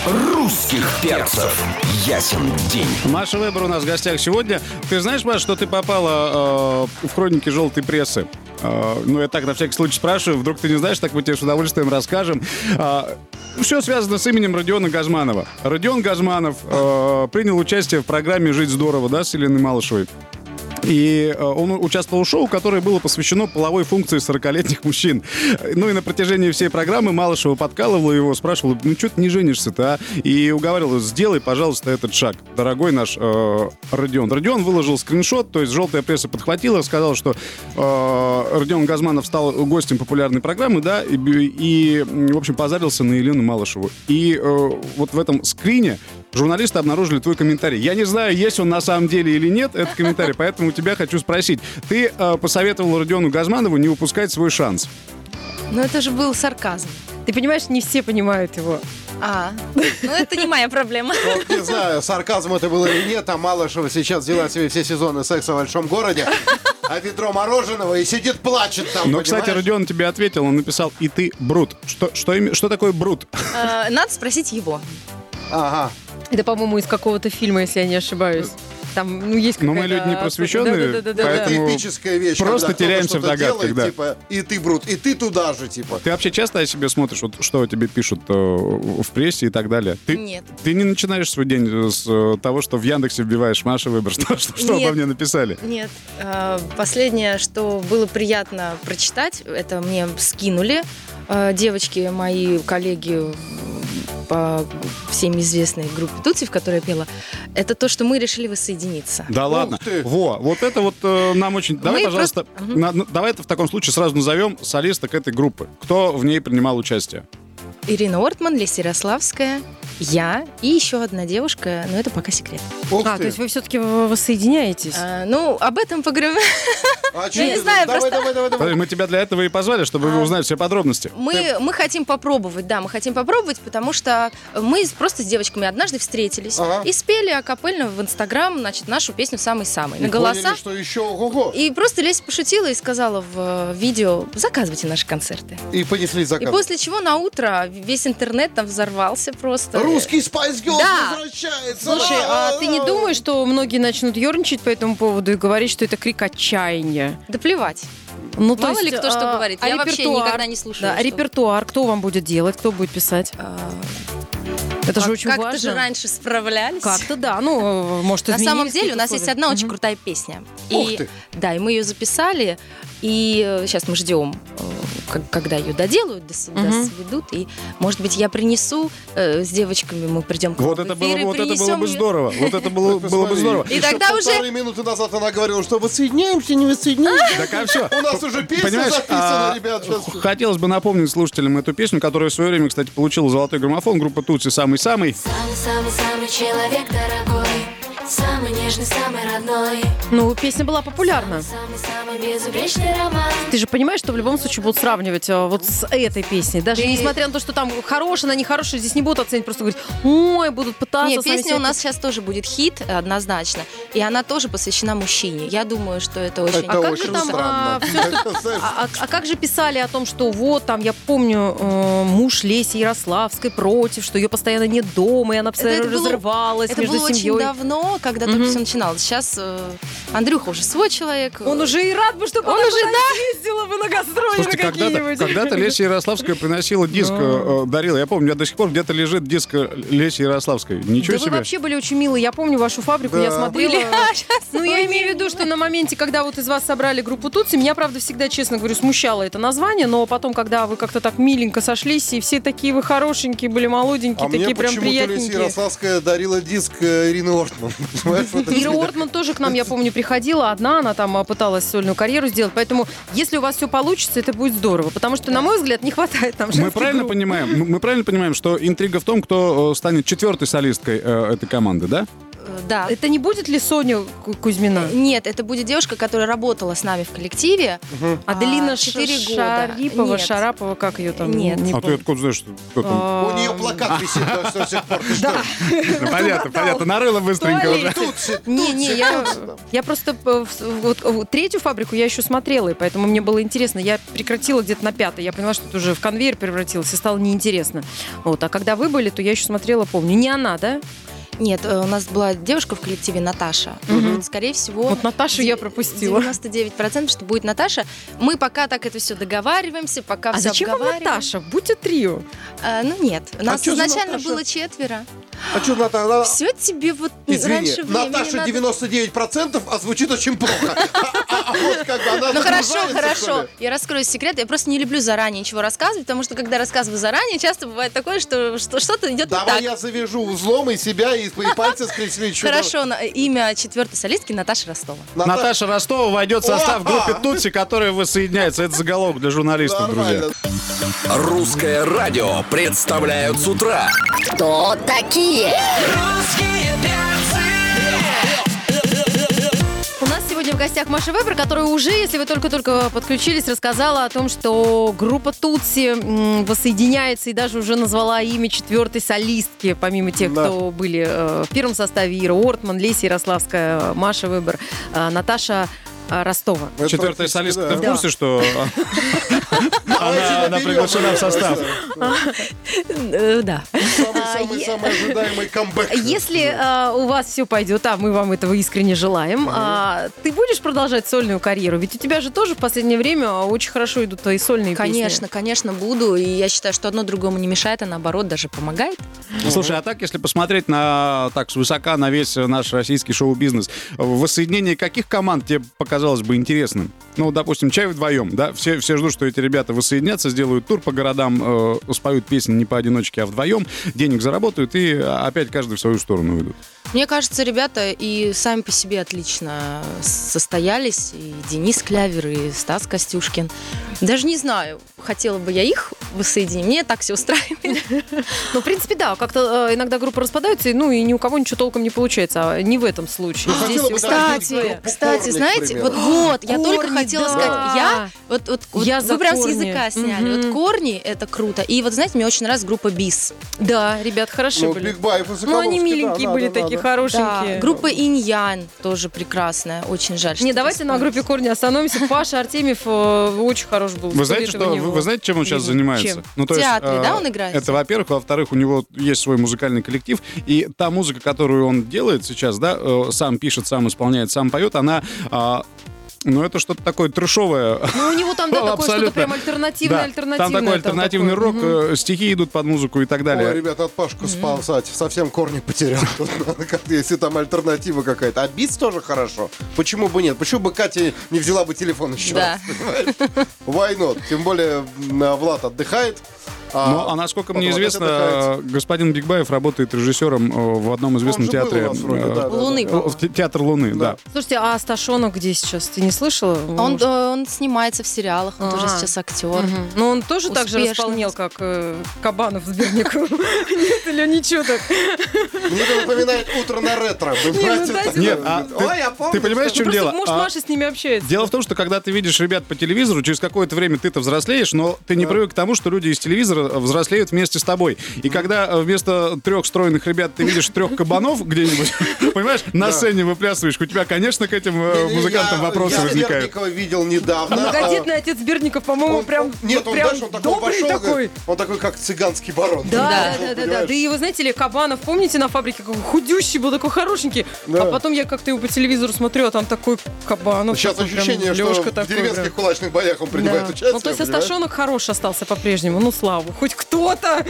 Speaker 8: Русских перцев. Ясен день.
Speaker 3: Маша Вебер у нас в гостях сегодня. Ты знаешь, Маша, что ты попала э, в хроники желтой прессы? Э, ну, я так на всякий случай спрашиваю. Вдруг ты не знаешь, так мы тебе с удовольствием расскажем. все связано с именем Родиона Газманова. Родион Газманов э, принял участие в программе «Жить здорово», да, с Еленой Малышевой. И э, он участвовал в шоу, которое было посвящено половой функции 40-летних мужчин. Ну и на протяжении всей программы Малышева подкалывала его, спрашивала, ну что ты не женишься-то, а? И уговаривала, сделай, пожалуйста, этот шаг, дорогой наш э, Родион. Родион выложил скриншот, то есть желтая пресса подхватила, сказала, что э, Родион Газманов стал гостем популярной программы, да, и, б- и, м, в общем, позарился на Елену Малышеву. И э, вот в этом скрине Журналисты обнаружили твой комментарий. Я не знаю, есть он на самом деле или нет, этот комментарий, поэтому тебя хочу спросить. Ты э, посоветовал Родиону Газманову не упускать свой шанс.
Speaker 7: Но это же был сарказм.
Speaker 4: Ты понимаешь, не все понимают его.
Speaker 7: А, ну это не моя проблема.
Speaker 2: Вот не знаю, сарказм это было или нет, а Малышева сейчас взяла себе все сезоны секса в большом городе, а ведро мороженого и сидит, плачет там,
Speaker 3: Но, Ну, кстати,
Speaker 2: Ну, понимаешь?
Speaker 3: Родион тебе ответил, он написал, и ты брут. Что, что, име- что такое брут?
Speaker 7: Э, Надо спросить его.
Speaker 2: Ага.
Speaker 4: Это, по-моему, из какого-то фильма, если я не ошибаюсь. Там, ну, есть
Speaker 3: Но мы
Speaker 4: какая-то
Speaker 3: люди не
Speaker 4: отсылка.
Speaker 3: просвещенные,
Speaker 4: Да-да-да-да-да.
Speaker 3: поэтому-
Speaker 2: Эпическая вещь.
Speaker 3: просто
Speaker 2: когда кто-то
Speaker 3: теряемся в
Speaker 2: что-то
Speaker 3: догадках,
Speaker 2: делает,
Speaker 3: да.
Speaker 2: Типа, и ты брут, и ты туда же, типа.
Speaker 3: Ты вообще часто о себе смотришь, вот что о тебе пишут э, в прессе и так далее? Ты,
Speaker 7: Нет.
Speaker 3: Ты не начинаешь свой день с э, того, что в Яндексе вбиваешь Маша Выбор, что, что, что обо
Speaker 7: Нет.
Speaker 3: мне написали?
Speaker 7: Нет. э, Последнее, что было приятно прочитать, это мне скинули э, девочки, мои коллеги в- по всем известной группе Тути, в которой я пела. Это то, что мы решили воссоединиться.
Speaker 3: Да ладно.
Speaker 2: ты.
Speaker 3: Во, вот это вот э, нам очень. Давай,
Speaker 7: Мы
Speaker 3: пожалуйста, на- на- давай это в таком случае сразу назовем солисток этой группы. Кто в ней принимал участие?
Speaker 7: Ирина Ортман, Леся Ярославская, я и еще одна девушка, но это пока секрет.
Speaker 2: Ух
Speaker 4: А, то
Speaker 2: ты.
Speaker 4: есть вы все-таки воссоединяетесь?
Speaker 7: Э, ну, об этом поговорим.
Speaker 4: Ну,
Speaker 2: А чё
Speaker 7: я не
Speaker 2: ты-
Speaker 7: знаю,
Speaker 2: давай,
Speaker 7: просто-
Speaker 2: давай, давай, давай.
Speaker 3: Подожди, Мы тебя для этого и позвали, чтобы вы узнали все подробности.
Speaker 7: А. Мы, мы хотим попробовать, да, мы хотим попробовать, потому что мы с- просто с девочками однажды встретились
Speaker 2: Ага.
Speaker 7: и спели акапельно в Инстаграм, значит, нашу песню «Самый-самый». На
Speaker 2: И поняли,
Speaker 7: голоса.
Speaker 2: что еще ого
Speaker 7: И просто Леся пошутила и сказала в э, видео, заказывайте наши концерты.
Speaker 2: И понесли
Speaker 7: И
Speaker 2: заказ.
Speaker 7: после чего на утро весь интернет там взорвался просто.
Speaker 2: Русский Spice Girls
Speaker 7: Да.
Speaker 2: возвращается.
Speaker 4: Слушай, а ты не думаешь, что многие начнут ерничать по этому поводу и говорить, что это крик отчаяния?
Speaker 7: Да плевать.
Speaker 4: Ну,
Speaker 7: Мало ли кто что
Speaker 4: а,
Speaker 7: говорит.
Speaker 4: а
Speaker 7: Я вообще
Speaker 4: репертуар?
Speaker 7: никогда не слушаю,
Speaker 4: Да, а
Speaker 7: что- А,
Speaker 4: репертуар кто вам будет делать, кто будет писать? Это же очень
Speaker 7: Как-то
Speaker 4: важно.
Speaker 7: же раньше справлялись.
Speaker 4: Как-то да, ну, э, может,
Speaker 7: На самом
Speaker 4: изменились
Speaker 7: деле у нас
Speaker 4: условия.
Speaker 7: есть одна очень
Speaker 4: Мгм.
Speaker 7: крутая песня.
Speaker 2: Ух
Speaker 7: И-
Speaker 2: ты!
Speaker 7: Да, и мы ее записали, и сейчас мы ждем, э, как- когда ее доделают, дос-
Speaker 4: Мгм.
Speaker 7: досведут, и, может быть, я принесу э, с девочками, мы придем к
Speaker 3: Вот
Speaker 7: вам в
Speaker 3: это
Speaker 7: эфир
Speaker 3: было,
Speaker 7: и
Speaker 3: вот это было
Speaker 7: принесем
Speaker 3: бы
Speaker 7: её.
Speaker 3: здорово. Вот это
Speaker 2: Ты
Speaker 3: было, было бы
Speaker 2: Ну, посмотри.
Speaker 3: здорово.
Speaker 7: И
Speaker 2: Ещё
Speaker 7: тогда уже-
Speaker 2: Полторы минуты назад она говорила, что воссоединяемся, не воссоединяемся.
Speaker 3: Так, а всё.
Speaker 2: У нас уже песня
Speaker 3: Понимаешь,
Speaker 2: записана,
Speaker 3: а,
Speaker 2: ребят. щас.
Speaker 3: Хотелось бы напомнить слушателям эту песню, которая в свое время, кстати, получила золотой граммофон. Группа Тутси «Самый-самый».
Speaker 9: Самый-самый-самый человек дорогой Самый нежный, самый родной
Speaker 4: Ну, песня была популярна.
Speaker 9: Самый-самый безупречный роман
Speaker 4: Ты же понимаешь, что в любом случае будут сравнивать э, вот с этой песней. Даже несмотря на то, что там хорошая, она нехорошая, здесь не будут оценить, просто говорить, ой, будут пытаться.
Speaker 7: Не,
Speaker 4: сами себя
Speaker 7: песня у нас сейчас тоже будет хит, однозначно, и она тоже посвящена мужчине. Я думаю, что это очень
Speaker 2: Это
Speaker 4: А как
Speaker 2: очень
Speaker 4: же там,
Speaker 2: странно.
Speaker 4: а, А, а- а как же писали о том, что вот там, я помню, э, муж Леси Ярославской против, что ее постоянно нет дома, и она постоянно
Speaker 7: это было-
Speaker 4: разрывалась
Speaker 7: Это
Speaker 4: между
Speaker 7: было
Speaker 4: семьей.
Speaker 7: очень давно, когда только
Speaker 4: Мгм.
Speaker 7: все начиналось. Сейчас э, Андрюха уже свой человек. э,
Speaker 4: Он уже и рад бы, чтобы
Speaker 7: Он
Speaker 4: она
Speaker 7: уже,
Speaker 4: куда-нибудь ездила бы на гастроли
Speaker 7: ну
Speaker 3: Слушайте,
Speaker 4: на
Speaker 3: когда-то,
Speaker 4: какие-нибудь.
Speaker 3: когда-то Леся Ярославская приносила диск, э,
Speaker 7: А.
Speaker 3: э, дарила. Я помню, у меня до сих пор где-то лежит диск э, Леси Ярославской. Ничего
Speaker 4: да
Speaker 3: себе.
Speaker 4: вы вообще были очень милые. Я помню вашу фабрику, я
Speaker 2: Да.
Speaker 4: смотрела.
Speaker 7: А,
Speaker 4: Ну, я имею в виду, что на моменте, когда вот из вас собрали группу Тутси, меня, правда, всегда, честно говорю, смущало это название, но потом, когда вы как-то так миленько сошлись, и все такие вы хорошенькие были, молоденькие,
Speaker 2: А мне
Speaker 4: такие прям
Speaker 2: почему-то Леся
Speaker 4: приятненькие.
Speaker 2: Ярославская дарила диск э, Ирины Ортман. Понимаешь, вот это
Speaker 4: Ира Ортман тоже к нам, я помню, приходила одна, она там а, пыталась сольную карьеру сделать, поэтому если у вас все получится, это будет здорово, потому что, на мой взгляд, не хватает нам
Speaker 3: Мы
Speaker 4: женских
Speaker 3: правильно
Speaker 4: групп.
Speaker 3: понимаем, мы- мы правильно понимаем, что интрига в том, кто э, станет четвертой солисткой э, этой команды, да?
Speaker 7: Э, Да.
Speaker 4: Это не будет ли Соня Ку- Кузьмина?
Speaker 7: Нет, это будет девушка, которая работала с нами в коллективе.
Speaker 4: Аделина
Speaker 7: А, четыре
Speaker 4: Ш-
Speaker 7: года.
Speaker 4: Э, Шарипова,
Speaker 7: Нет.
Speaker 4: Шарапова, как ее там?
Speaker 7: Нет.
Speaker 4: Не
Speaker 3: а ты
Speaker 4: помню.
Speaker 3: откуда знаешь, что кто там?
Speaker 2: У нее плакат висит до до сих пор. Ты что?
Speaker 3: Ну, понятно, понятно. Нарыла быстренько уже.
Speaker 2: Тутси,
Speaker 4: Не,
Speaker 2: Тутси,
Speaker 4: не, я,
Speaker 2: Тутси, да.
Speaker 4: я просто э, в- вот, э, вот третью фабрику я еще смотрела, и поэтому мне было интересно. Я прекратила где-то на пятой. Я поняла, что это уже в конвейер превратилось, и стало неинтересно. Вот. А когда вы были, то я еще смотрела, помню. Не она, да?
Speaker 7: Нет, э, у нас была девушка в коллективе Наташа.
Speaker 4: Мгм.
Speaker 7: Скорее всего.
Speaker 4: Вот Наташу я пропустила.
Speaker 7: 99% что будет Наташа. Мы пока так это все договариваемся, пока
Speaker 4: А
Speaker 7: все
Speaker 4: зачем вам
Speaker 7: обговариваем.
Speaker 4: Наташа? Будьте трио.
Speaker 7: А, ну нет, у нас
Speaker 2: чё за
Speaker 7: изначально
Speaker 2: Наташа?
Speaker 7: было четверо.
Speaker 2: А что, Наташа?
Speaker 7: Все тебе вот
Speaker 2: Извини,
Speaker 7: раньше времени
Speaker 2: Наташа
Speaker 7: надо-
Speaker 2: 99%, а звучит очень плохо. А- а- а вот как бы она
Speaker 7: Ну хорошо,
Speaker 2: загружается, что
Speaker 7: хорошо.
Speaker 2: ли?
Speaker 7: Я раскрою секрет. Я просто не люблю заранее ничего рассказывать, потому что когда рассказываю заранее, часто бывает такое, что что- что-то идет не
Speaker 2: Давай
Speaker 7: так.
Speaker 2: я завяжу узлом и себя, и, и пальцы скрестили. чё
Speaker 7: Хорошо, на- имя четвертой солистки Наташа Ростова.
Speaker 2: там. Наташа,
Speaker 3: Наташа Ростова войдет в состав
Speaker 2: Опа!
Speaker 3: группы Тутси, которая воссоединяется. Это заголовок для журналистов, друзья.
Speaker 2: нормально.
Speaker 10: Русское радио представляют с утра.
Speaker 6: Кто такие?
Speaker 1: Русские перцы!
Speaker 4: У нас сегодня в гостях Маша Вебер, которая уже, если вы только-только подключились, рассказала о том, что группа Тутси м, воссоединяется и даже уже назвала имя четвертой солистки, помимо тех,
Speaker 2: Да.
Speaker 4: кто были э, в первом составе Ира Ортман, Леся Ярославская, Маша Вебер, э, Наташа э, Ростова.
Speaker 2: Это
Speaker 3: Четвертая
Speaker 2: практически,
Speaker 3: солистка,
Speaker 2: да.
Speaker 3: ты в курсе, что она она
Speaker 2: наберем,
Speaker 3: приглашена в состав?
Speaker 7: Э, Да. А,
Speaker 2: Самый-самый-самый ожидаемый камбэк.
Speaker 4: Если э, у вас все пойдет, а мы вам этого искренне желаем, а, ты будешь продолжать сольную карьеру? Ведь у тебя же тоже в последнее время очень хорошо идут твои сольные
Speaker 7: Конечно, конечно, буду. И я считаю, что одно другому не мешает, а наоборот даже помогает.
Speaker 3: Слушай, а так, если посмотреть на так свысока на весь наш российский шоу-бизнес, воссоединение каких команд тебе показалось бы интересным? Ну, допустим, чай вдвоем, да? Все, все ждут, что эти ребята воссоединятся, сделают тур по городам, э, споют песни не поодиночке, а вдвоем, денег заработают и опять каждый в свою сторону идут.
Speaker 7: Мне кажется, ребята и сами по себе отлично состоялись. И Денис Клявер, и Стас Костюшкин. Даже не знаю, хотела бы я их воссоединить. Мне так все устраивает.
Speaker 4: Ну, в принципе, да, как-то э, иногда группы распадаются, и, ну и ни у кого ничего толком не получается, а не в этом случае.
Speaker 2: Ну, хотела
Speaker 4: Здесь
Speaker 2: бы типа.
Speaker 4: всё-
Speaker 2: даже
Speaker 7: Кстати,
Speaker 2: Корни,
Speaker 7: кстати,
Speaker 2: к
Speaker 7: знаете,
Speaker 2: примеру.
Speaker 7: вот, вот, я только
Speaker 4: Корни,
Speaker 7: хотела
Speaker 4: да.
Speaker 7: сказать, я вот, вот, вот
Speaker 4: Я
Speaker 7: вы
Speaker 4: за
Speaker 7: прям
Speaker 4: корни.
Speaker 7: с языка сняли.
Speaker 4: Мгм.
Speaker 7: Вот корни это круто. И вот знаете, мне очень нравится группа Бис.
Speaker 4: Да, ребят, хороши
Speaker 2: Ну,
Speaker 4: были.
Speaker 2: Big Buy, Высоколобский,
Speaker 4: Ну, они
Speaker 2: да,
Speaker 4: миленькие
Speaker 2: да,
Speaker 4: были
Speaker 2: да, да,
Speaker 4: такие,
Speaker 2: да.
Speaker 4: хорошенькие.
Speaker 7: Группа Иньян тоже прекрасная. Очень жаль.
Speaker 4: Не,
Speaker 7: что
Speaker 4: давайте на
Speaker 7: исполнитель-
Speaker 4: группе корни остановимся. Паша Артемьев э, очень хорош был.
Speaker 3: Вы
Speaker 4: Сто
Speaker 3: знаете,
Speaker 4: лет
Speaker 3: что,
Speaker 4: его не
Speaker 3: вы,
Speaker 4: было.
Speaker 3: вы знаете, чем он сейчас
Speaker 4: Чем?
Speaker 3: занимается? Ну,
Speaker 7: Театре, да, он играет?
Speaker 3: Это, во-первых. Во-вторых, у него есть свой музыкальный коллектив. И та музыка, которую он делает сейчас, да, э, сам пишет, сам исполняет, сам поет, она а, Ну, это что-то такое трешовое.
Speaker 4: Ну, у него там, да, такое что-то
Speaker 3: Абсолютно.
Speaker 4: прям альтернативное,
Speaker 3: Да,
Speaker 4: альтернативное.
Speaker 3: Там такой альтернативный
Speaker 4: такое.
Speaker 3: рок,
Speaker 4: Мгм.
Speaker 3: э, стихи идут под музыку и так
Speaker 2: Ой,
Speaker 3: далее.
Speaker 2: ребята, от Пашку спасать. Совсем корни потерял. Тут надо как-то, Если там альтернатива какая-то. А бис тоже хорошо. Почему бы нет? Почему бы Катя не взяла бы телефон еще
Speaker 7: Да.
Speaker 2: раз? понимаешь? Why not? Тем более м, а, Влад отдыхает.
Speaker 3: Ну, а насколько мне
Speaker 2: Потом опять
Speaker 3: известно,
Speaker 2: отдыхает.
Speaker 3: э, господин Бигбаев работает режиссером э, в одном известном
Speaker 2: же был у
Speaker 3: театре.
Speaker 2: нас вроде,
Speaker 3: э,
Speaker 2: да, да,
Speaker 7: Луны,
Speaker 3: э,
Speaker 7: по-моему.
Speaker 3: в те- Театр Луны, да.
Speaker 4: Слушайте, а Асташонок где сейчас? Ты не слышала?
Speaker 7: Он,
Speaker 4: Может,
Speaker 7: э, он снимается в сериалах, он тоже
Speaker 4: А.
Speaker 7: сейчас актер.
Speaker 4: Мгм. Ну, он тоже так же
Speaker 7: Успешно.
Speaker 4: располнел, как э, Кабанов с Берником. Нет, или ничего так?
Speaker 2: Мне Ну, это напоминает утро на ретро.
Speaker 4: ну,
Speaker 2: понимаете?
Speaker 4: дайте
Speaker 2: Такое.
Speaker 3: Нет, а ты-
Speaker 2: Ой, я помню.
Speaker 3: Ты понимаешь, в чем
Speaker 4: Просто
Speaker 3: дело?
Speaker 4: муж
Speaker 3: А,
Speaker 4: Маши с ними общается.
Speaker 3: Дело в том, что когда ты видишь ребят по телевизору, через какое-то время ты-то взрослеешь, но ты не привык к тому, что люди из телевизора э, взрослеют вместе с тобой. И когда э, вместо трех стройных ребят ты видишь трех кабанов где-нибудь, понимаешь, на сцене выплясываешь, у тебя, конечно, к этим э,
Speaker 2: Не-не,
Speaker 3: музыкантам
Speaker 2: я-
Speaker 3: вопросы
Speaker 2: Я
Speaker 3: возникают.
Speaker 2: Верникова видел недавно.
Speaker 4: А Многодетный отец Берников,
Speaker 2: А,
Speaker 4: по-моему,
Speaker 2: он-
Speaker 4: прям
Speaker 2: Нет,
Speaker 4: вот
Speaker 2: он
Speaker 4: прям
Speaker 2: дальше он такой
Speaker 4: добрый
Speaker 2: пошел.
Speaker 4: такой.
Speaker 2: говорит, Он такой, как цыганский барон.
Speaker 4: Да,
Speaker 2: Пошел,
Speaker 4: да, да, да.
Speaker 2: понимаешь?
Speaker 4: Да и вы знаете ли, Кабанов, помните, на фабрике какой худющий был, такой хорошенький.
Speaker 2: Да.
Speaker 4: А потом я как-то его по телевизору смотрю, а там такой Кабанов.
Speaker 2: Сейчас
Speaker 4: такой прям
Speaker 2: ощущение, что
Speaker 4: Лёшка
Speaker 2: в
Speaker 4: такой
Speaker 2: деревенских
Speaker 4: прям.
Speaker 2: кулачных боях он принимает
Speaker 4: Да.
Speaker 2: участие.
Speaker 4: Ну, то есть
Speaker 2: понимаешь?
Speaker 4: Асташонок хорош остался по-прежнему, ну, слава. Хоть кто-то.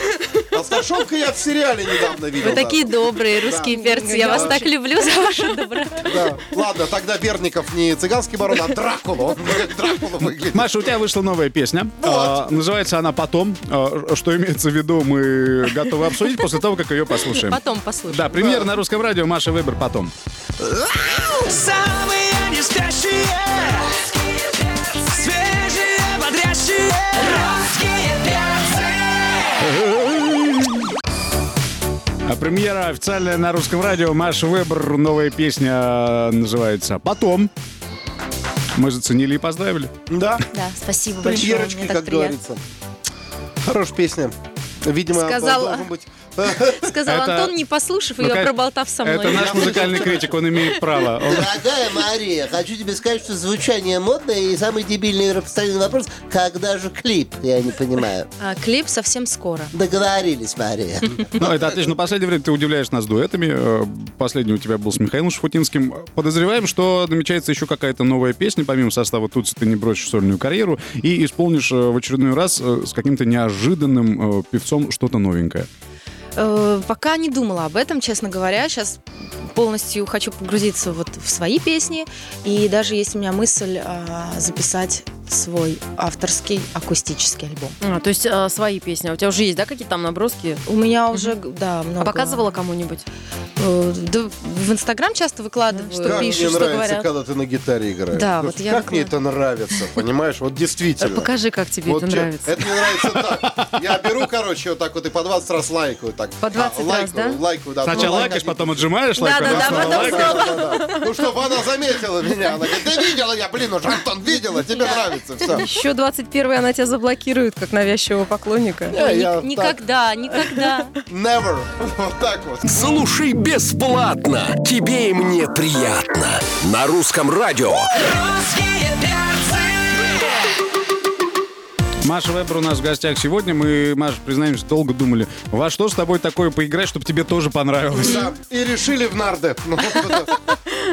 Speaker 2: А Старшонка я в сериале недавно видел.
Speaker 7: Вы
Speaker 2: да.
Speaker 7: такие добрые русские перцы, я вас
Speaker 4: Да.
Speaker 7: так люблю за вашу доброту.
Speaker 2: Да. Ладно, тогда Берников не цыганский барон, а Дракула. Он как Дракула выглядит.
Speaker 3: Маша, у тебя вышла новая песня. А, называется она «Потом». А, что имеется в виду, мы готовы обсудить после того, как ее послушаем.
Speaker 7: Потом послушаем.
Speaker 3: Да, премьер на русском радио. Маша, выбор потом.
Speaker 1: Самые не спящие Свежие, бодрящие Русские перцы
Speaker 3: А Премьера официальная на русском радио. Маш Вебер. Новая песня э, называется «Потом». Мы заценили и поздравили.
Speaker 2: Да,
Speaker 7: Да, спасибо большое,
Speaker 2: премьерочки,
Speaker 7: мне
Speaker 2: как
Speaker 7: так приятно.
Speaker 2: говорится. Хорошая песня. Видимо,
Speaker 7: Сказала.
Speaker 2: должен быть...
Speaker 7: Сказал
Speaker 3: Это-
Speaker 7: Антон, не послушав
Speaker 3: Ну,
Speaker 7: ее, а
Speaker 3: конечно,
Speaker 7: проболтав со мной.
Speaker 3: Это наш музыкальный критик, он имеет право. Он-
Speaker 11: Дорогая Мария, хочу тебе сказать, что звучание модное и самый дебильный постоянный вопрос, когда же клип, я не понимаю.
Speaker 7: А, Клип совсем скоро.
Speaker 11: Договорились, Мария.
Speaker 3: Ну, это отлично. В последнее время ты удивляешь нас дуэтами. Э, Последний у тебя был с Михаилом Шафутинским. Подозреваем, что намечается еще какая-то новая песня, помимо состава «Тутси ты не бросишь сольную карьеру», и исполнишь э, в очередной раз э, с каким-то неожиданным э, певцом что-то новенькое.
Speaker 7: Э, Пока не думала об этом, честно говоря. Сейчас полностью хочу погрузиться вот в свои песни. И даже есть у меня мысль а, записать свой авторский акустический альбом.
Speaker 4: А, то есть э, свои песни. А у тебя уже есть, да, какие-то там наброски?
Speaker 7: У меня уже, г- да, много...
Speaker 4: А показывала кому-нибудь?
Speaker 7: Э, да, в Инстаграм часто выкладываю, что
Speaker 2: Как
Speaker 7: пишут,
Speaker 2: мне
Speaker 7: что
Speaker 2: нравится,
Speaker 7: говорят.
Speaker 2: когда ты на гитаре играешь.
Speaker 7: Да,
Speaker 2: Слушай,
Speaker 7: вот я
Speaker 2: Как
Speaker 7: такой.
Speaker 2: мне это нравится, понимаешь? Вот действительно.
Speaker 4: Покажи, как тебе
Speaker 2: Вот
Speaker 4: это
Speaker 2: че-
Speaker 4: нравится.
Speaker 2: Это мне нравится так. Я беру, короче, вот так вот и по 20 раз лайкаю. Так.
Speaker 4: По
Speaker 2: А,
Speaker 4: 20 раз,
Speaker 2: лайкаю,
Speaker 4: да?
Speaker 2: Лайкаю, да.
Speaker 3: Сначала
Speaker 2: Ну,
Speaker 3: лайкаешь,
Speaker 2: лайкать-
Speaker 3: потом отжимаешь лайк,
Speaker 7: Да-да-да,
Speaker 3: потом снова
Speaker 7: потом
Speaker 3: лайкаешь.
Speaker 2: Да-да-да. Ну, чтобы она заметила меня. Она говорит, да видела я, блин, уже Антон видела, тебе нравится все.
Speaker 4: Еще 21 она тебя заблокирует, как навязчивого поклонника.
Speaker 7: Ник- никогда, никогда.
Speaker 2: Э, Never. Вот так вот.
Speaker 8: Слушай бесплатно. Тебе и мне приятно. На русском радио.
Speaker 1: Русские перцы
Speaker 3: Маша Вебер у нас в гостях сегодня. Мы, Маша, признаемся, долго думали, во что с тобой такое поиграть, чтобы тебе тоже
Speaker 7: Ну,
Speaker 3: понравилось.
Speaker 2: Да, и решили в нарды. Ну, вот это.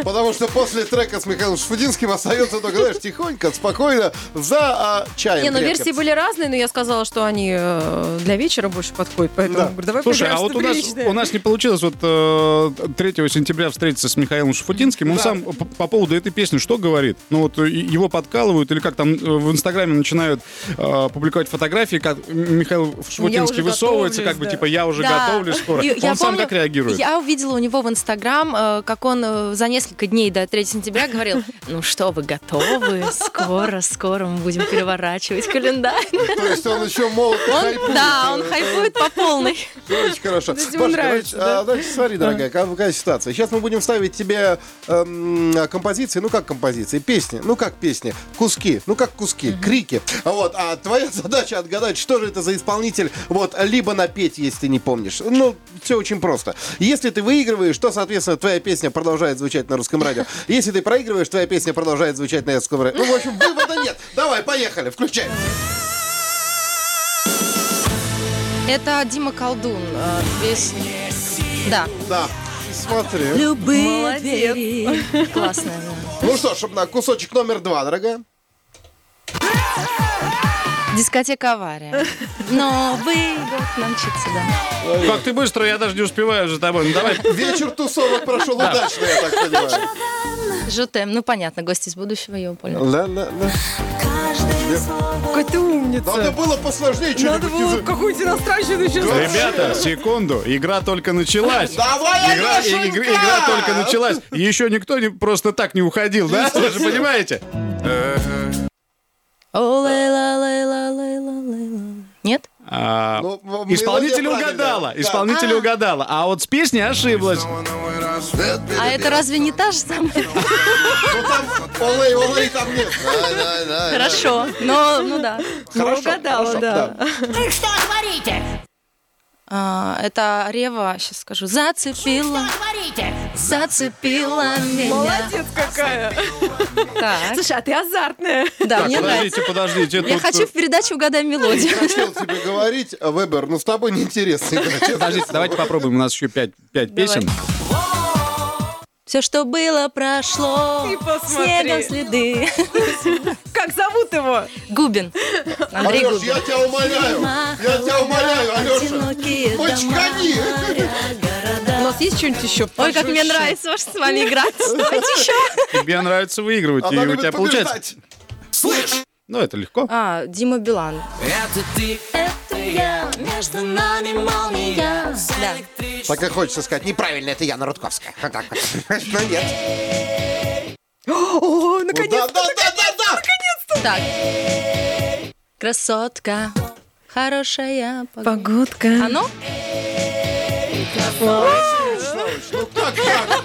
Speaker 2: Потому что после трека с Михаилом Шафудинским остается только, знаешь, тихонько, спокойно, за а, чаем.
Speaker 4: Не, ну
Speaker 2: крепким.
Speaker 4: версии были разные, но я сказала, что они э, для вечера больше подходят, поэтому
Speaker 2: Да.
Speaker 4: говорю, давай
Speaker 3: Слушай,
Speaker 4: поиграем
Speaker 3: а вот
Speaker 4: что-то
Speaker 3: у нас,
Speaker 4: приличное.
Speaker 3: у нас не получилось вот э, 3 сентября встретиться с Михаилом Шафутинским. Он сам по, по поводу этой песни что говорит? Ну вот э, его подкалывают или как там э, в Инстаграме начинают э, публиковать фотографии, как Михаил Шафутинский
Speaker 4: уже
Speaker 3: высовывается,
Speaker 4: готовлюсь,
Speaker 3: как бы
Speaker 4: да.
Speaker 3: типа я уже
Speaker 7: Да.
Speaker 3: готовлюсь скоро.
Speaker 7: И
Speaker 3: он
Speaker 7: я
Speaker 3: сам
Speaker 7: помню,
Speaker 3: как реагирует?
Speaker 7: Я увидела у него в Инстаграм, э, как он э, за несколько дней до 3 сентября говорил, ну что, вы готовы? Скоро, скоро мы будем переворачивать календарь.
Speaker 2: То есть он еще молод и хайпует.
Speaker 7: Он, да, он
Speaker 2: Э,
Speaker 7: хайпует по полной.
Speaker 2: Ну, Очень хорошо.
Speaker 4: есть
Speaker 2: Паша,
Speaker 4: ему нравится,
Speaker 2: короче, а, значит, смотри, дорогая, как- какая ситуация. Сейчас мы будем ставить тебе эм, композиции, ну как композиции, песни, ну как песни, куски, ну как куски, крики. А Вот, а твоя задача отгадать, что же это за исполнитель, вот, либо напеть, если ты не помнишь. Ну, все очень просто. Если ты выигрываешь, то, соответственно, твоя песня продолжает звучать на русском радио. Если ты проигрываешь, твоя песня продолжает звучать на русском радио. Ну, в общем, вывода нет. Давай, поехали, включай.
Speaker 7: Это Дима Колдун. э, песня. Да,
Speaker 2: Да, смотри.
Speaker 7: Молодец. Классная. да.
Speaker 2: Ну что ж, на кусочек номер два, дорогая.
Speaker 7: Дискотека авария. Новый год намчится, да.
Speaker 3: Как ты быстро, я даже не успеваю за тобой. Ну давай.
Speaker 2: Вечер тусовок прошел
Speaker 3: Да.
Speaker 2: удачно, я так понимаю.
Speaker 7: Жутем, ну понятно, гости из будущего, я его понял.
Speaker 2: Ла-ла-ла.
Speaker 4: Какая ты умница.
Speaker 2: Надо было посложнее
Speaker 4: Надо
Speaker 2: что-нибудь.
Speaker 4: было
Speaker 2: из-
Speaker 4: какую-то иностранщину сейчас.
Speaker 3: Ребята, секунду, игра только началась.
Speaker 2: Давай,
Speaker 3: Игра, и-
Speaker 2: Алешенька!
Speaker 3: игра- игра только началась. И еще никто не, просто так не уходил, да? Вы же понимаете?
Speaker 7: О, лейла, лейла, лейла, лейла. Нет?
Speaker 3: А,
Speaker 2: Ну, м-
Speaker 3: Исполнитель
Speaker 2: мелодия
Speaker 3: угадала,
Speaker 2: правильная.
Speaker 3: исполнитель угадала, а Ну, вот с песней ошиблась.
Speaker 7: А это разве не та же самая?
Speaker 2: Ну там олей, олей там нет.
Speaker 7: Хорошо. Но, ну да.
Speaker 2: Хорошо,
Speaker 7: угадала,
Speaker 2: хорошо,
Speaker 7: да.
Speaker 6: Вы что творите?
Speaker 7: А, это Рева, сейчас скажу, зацепила,
Speaker 6: Творите!
Speaker 7: зацепила меня.
Speaker 4: Молодец какая.
Speaker 7: Так,
Speaker 4: Слушай, а ты азартная.
Speaker 7: да,
Speaker 3: Так,
Speaker 7: мне нравится.
Speaker 3: подождите, подождите. э,
Speaker 7: Я
Speaker 3: тут-
Speaker 7: хочу в передачу «Угадай мелодию».
Speaker 2: Хотел тебе говорить, Вебер, ну с тобой неинтересно играть. честно.
Speaker 3: Подождите, давайте попробуем. У нас еще пять, пять песен.
Speaker 7: Все, что было, прошло.
Speaker 4: Ты посмотри.
Speaker 7: Снегом следы.
Speaker 4: Как зовут его?
Speaker 7: Губин. Андрей
Speaker 2: Алеш,
Speaker 7: Губин.
Speaker 2: я тебя умоляю, я тебя умоляю, Алеша.
Speaker 7: Одинокие
Speaker 2: Хоть
Speaker 7: дома,
Speaker 2: гони.
Speaker 4: У нас есть что-нибудь еще?
Speaker 7: Ой, как мне нравится ваш с вами играть. Давайте еще.
Speaker 3: Тебе нравится выигрывать, и
Speaker 2: Она
Speaker 3: у
Speaker 2: любит
Speaker 3: А тебя получается.
Speaker 2: побеждать.
Speaker 3: Ну, это легко.
Speaker 7: А, Дима Билан.
Speaker 1: Это ты,
Speaker 7: Это я, между нами молния. Да.
Speaker 2: Так и хочется сказать, неправильно, это Яна Рудковская. Вот так вот. Но нет.
Speaker 4: О, наконец-то.
Speaker 2: Да-да-да-да-да!
Speaker 7: Так. Красотка, хорошая погода.
Speaker 4: Погодка.
Speaker 7: Оно?
Speaker 2: Ну как так?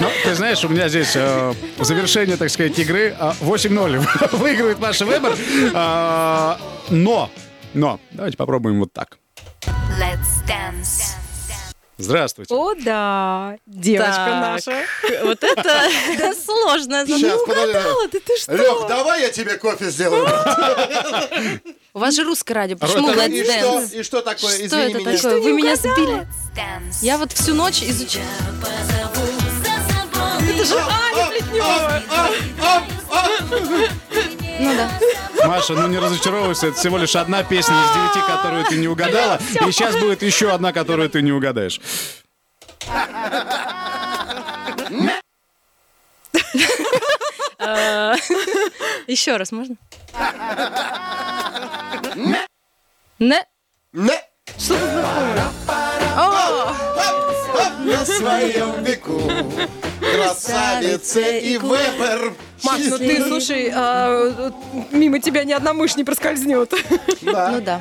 Speaker 3: Ну, ты знаешь, у меня здесь э, завершение, так сказать, игры э, 8-0 выигрывает Маша Вебер. Э, но, но, давайте попробуем вот так.
Speaker 9: Let's dance.
Speaker 3: Здравствуйте.
Speaker 4: О, да. Девочка
Speaker 7: Так.
Speaker 4: наша.
Speaker 7: Вот это сложно.
Speaker 2: Сейчас, подожди.
Speaker 4: ты, ты что? А?
Speaker 2: Лех, давай я тебе кофе сделаю.
Speaker 7: У вас же русское радио. Почему
Speaker 3: это-
Speaker 7: Let's
Speaker 2: И что?
Speaker 7: Dance?
Speaker 2: И что такое?
Speaker 7: Что
Speaker 2: Извини
Speaker 7: это
Speaker 2: меня.
Speaker 7: такое? Вы меня сбили.
Speaker 9: Dance.
Speaker 7: Я вот всю ночь изучаю.
Speaker 4: Это же Аня Плетнева.
Speaker 7: Ну да.
Speaker 3: Маша, ну не разочаровывайся, это всего лишь одна песня из девяти, которую ты не угадала. И сейчас будет еще одна, которую ты не угадаешь.
Speaker 7: Еще раз можно? Не.
Speaker 2: Не.
Speaker 7: О,
Speaker 2: На своем веку Красавица и выбор
Speaker 4: Маш, ну ты, слушай, а, мимо тебя ни одна мышь не проскользнет.
Speaker 7: ну да.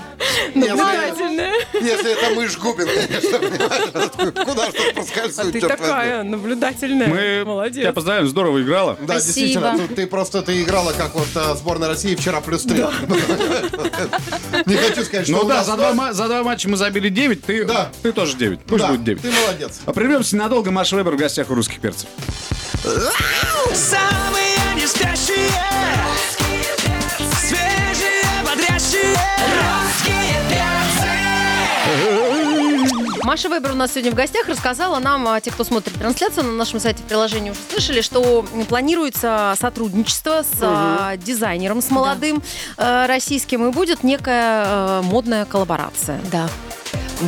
Speaker 2: если,
Speaker 4: Наблюдательная.
Speaker 2: если это мышь Губин, конечно, понимаешь? Куда ж тут
Speaker 4: А Ты
Speaker 2: проскользнуть, черт возьми.
Speaker 4: такая наблюдательная.
Speaker 3: Мы тебя
Speaker 4: Молодец.
Speaker 3: поздравляем, здорово играла.
Speaker 2: Да,
Speaker 7: Спасибо.
Speaker 2: действительно, тут ты просто ты играла как вот а, сборная России вчера плюс три. Не хочу сказать, что
Speaker 3: Ну
Speaker 2: у
Speaker 3: да,
Speaker 2: нас-
Speaker 3: за два, ма- за два матча мы забили 9, ты,
Speaker 2: Да.
Speaker 3: ты тоже 9. Пусть
Speaker 2: Да,
Speaker 3: будет 9.
Speaker 2: Ты молодец.
Speaker 3: А прервемся ненадолго. Маша Вебер в гостях у русских перцев.
Speaker 1: самые не спящие Свежие, бодрящие Русские перцы
Speaker 12: Маша Вебер у нас сегодня в гостях рассказала нам, а, те, кто смотрит трансляцию на нашем сайте в приложении уже слышали, что планируется сотрудничество с а, дизайнером, с молодым э, российским, и будет некая э, модная коллаборация.
Speaker 7: Да.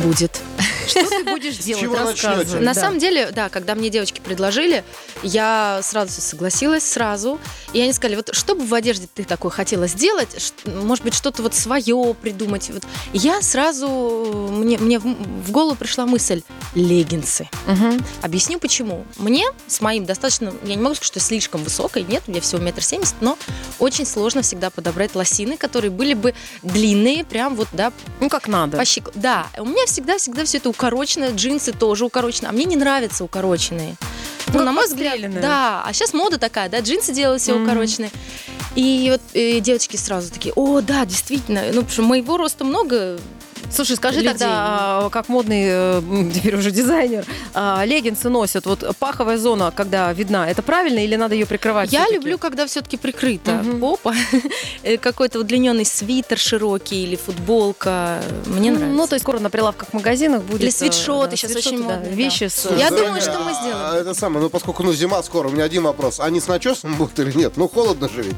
Speaker 7: Будет.
Speaker 12: Что ты будешь делать?
Speaker 2: чего
Speaker 12: Рассказывай.
Speaker 2: начнете?
Speaker 7: На
Speaker 12: Да.
Speaker 7: самом деле, да, когда мне девочки предложили, я сразу согласилась, сразу. И они сказали, вот что бы в одежде ты такое хотела сделать, Ш- может быть, что-то вот свое придумать. Вот. Я сразу, э, мне, мне в- в голову пришла мысль, леггинсы.
Speaker 12: Мгм.
Speaker 7: Объясню почему. Мне с моим достаточно, я не могу сказать, что слишком высокой, нет, у меня всего метр семьдесят, но очень сложно всегда подобрать лосины, которые были бы длинные, прям вот, да,
Speaker 12: Ну, как надо.
Speaker 7: по щик- Да, у меня всегда-всегда все это укорочено, джинсы тоже укорочены, а мне не нравятся укороченные. Ну,
Speaker 12: как
Speaker 7: на мой взгляд,
Speaker 12: подстреленные.
Speaker 7: да. А сейчас мода такая, да, джинсы делают все укороченные. И вот э, девочки сразу такие, о, да, действительно, ну, потому что моего роста много
Speaker 4: Слушай, скажи
Speaker 13: людей.
Speaker 4: тогда, а, как модный э, м, теперь уже дизайнер, а, леггинсы носят. Вот паховая зона, когда видна, это правильно или надо ее прикрывать?
Speaker 7: Я
Speaker 4: всё-таки?
Speaker 7: люблю, когда все-таки прикрыто. Попа, э, какой-то удлиненный свитер широкий или футболка. Мне
Speaker 4: Ну,
Speaker 7: нравится.
Speaker 4: Ну, то есть скоро на прилавках магазинах будет...
Speaker 7: Или
Speaker 4: э,
Speaker 7: свитшоты,
Speaker 4: да,
Speaker 7: сейчас
Speaker 4: свитшоты,
Speaker 7: очень
Speaker 4: да,
Speaker 7: модно, да.
Speaker 4: Вещи с...
Speaker 7: Я думаю, что
Speaker 2: мы сделаем. а, Это самое, ну поскольку ну зима скоро, у меня один вопрос. Они с начесом будут или нет? Ну холодно же ведь.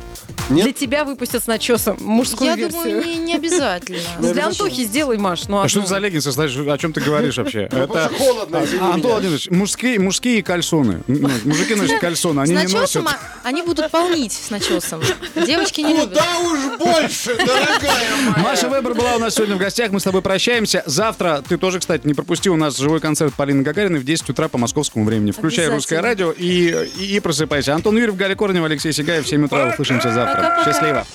Speaker 4: Для тебя выпустят с начесом мужскую
Speaker 7: Я
Speaker 4: версию.
Speaker 7: думаю, не, не обязательно.
Speaker 4: Ну, Для Антохи сделай, Маш. Ну,
Speaker 3: А что
Speaker 4: одну.
Speaker 3: это за леггинсы, знаешь, о чем ты говоришь вообще? Это
Speaker 2: потому что холодно,
Speaker 3: А,
Speaker 2: извини
Speaker 3: Антон
Speaker 2: Ну, меня.
Speaker 3: Владимирович, мужские, мужские кальсоны. Ну, Мужики носят кальсоны,
Speaker 7: С
Speaker 3: они не носят.
Speaker 7: начесом а, они будут полнить с начесом. Девочки не любят.
Speaker 2: Куда уж больше, дорогая
Speaker 3: Маша Вебер была у нас сегодня в гостях. Мы с тобой прощаемся. Завтра ты тоже, кстати, не пропусти. У нас живой концерт Полины Гагариной в 10 утра по московскому времени. Включай
Speaker 7: Обязательно.
Speaker 3: русское радио и, и, и просыпайся. Антон Юрьев, Гарри Корнев, Алексей Сигаев. В 7 утра услышимся завтра. Счастливо.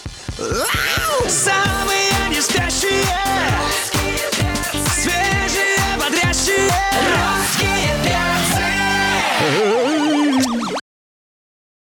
Speaker 1: Sound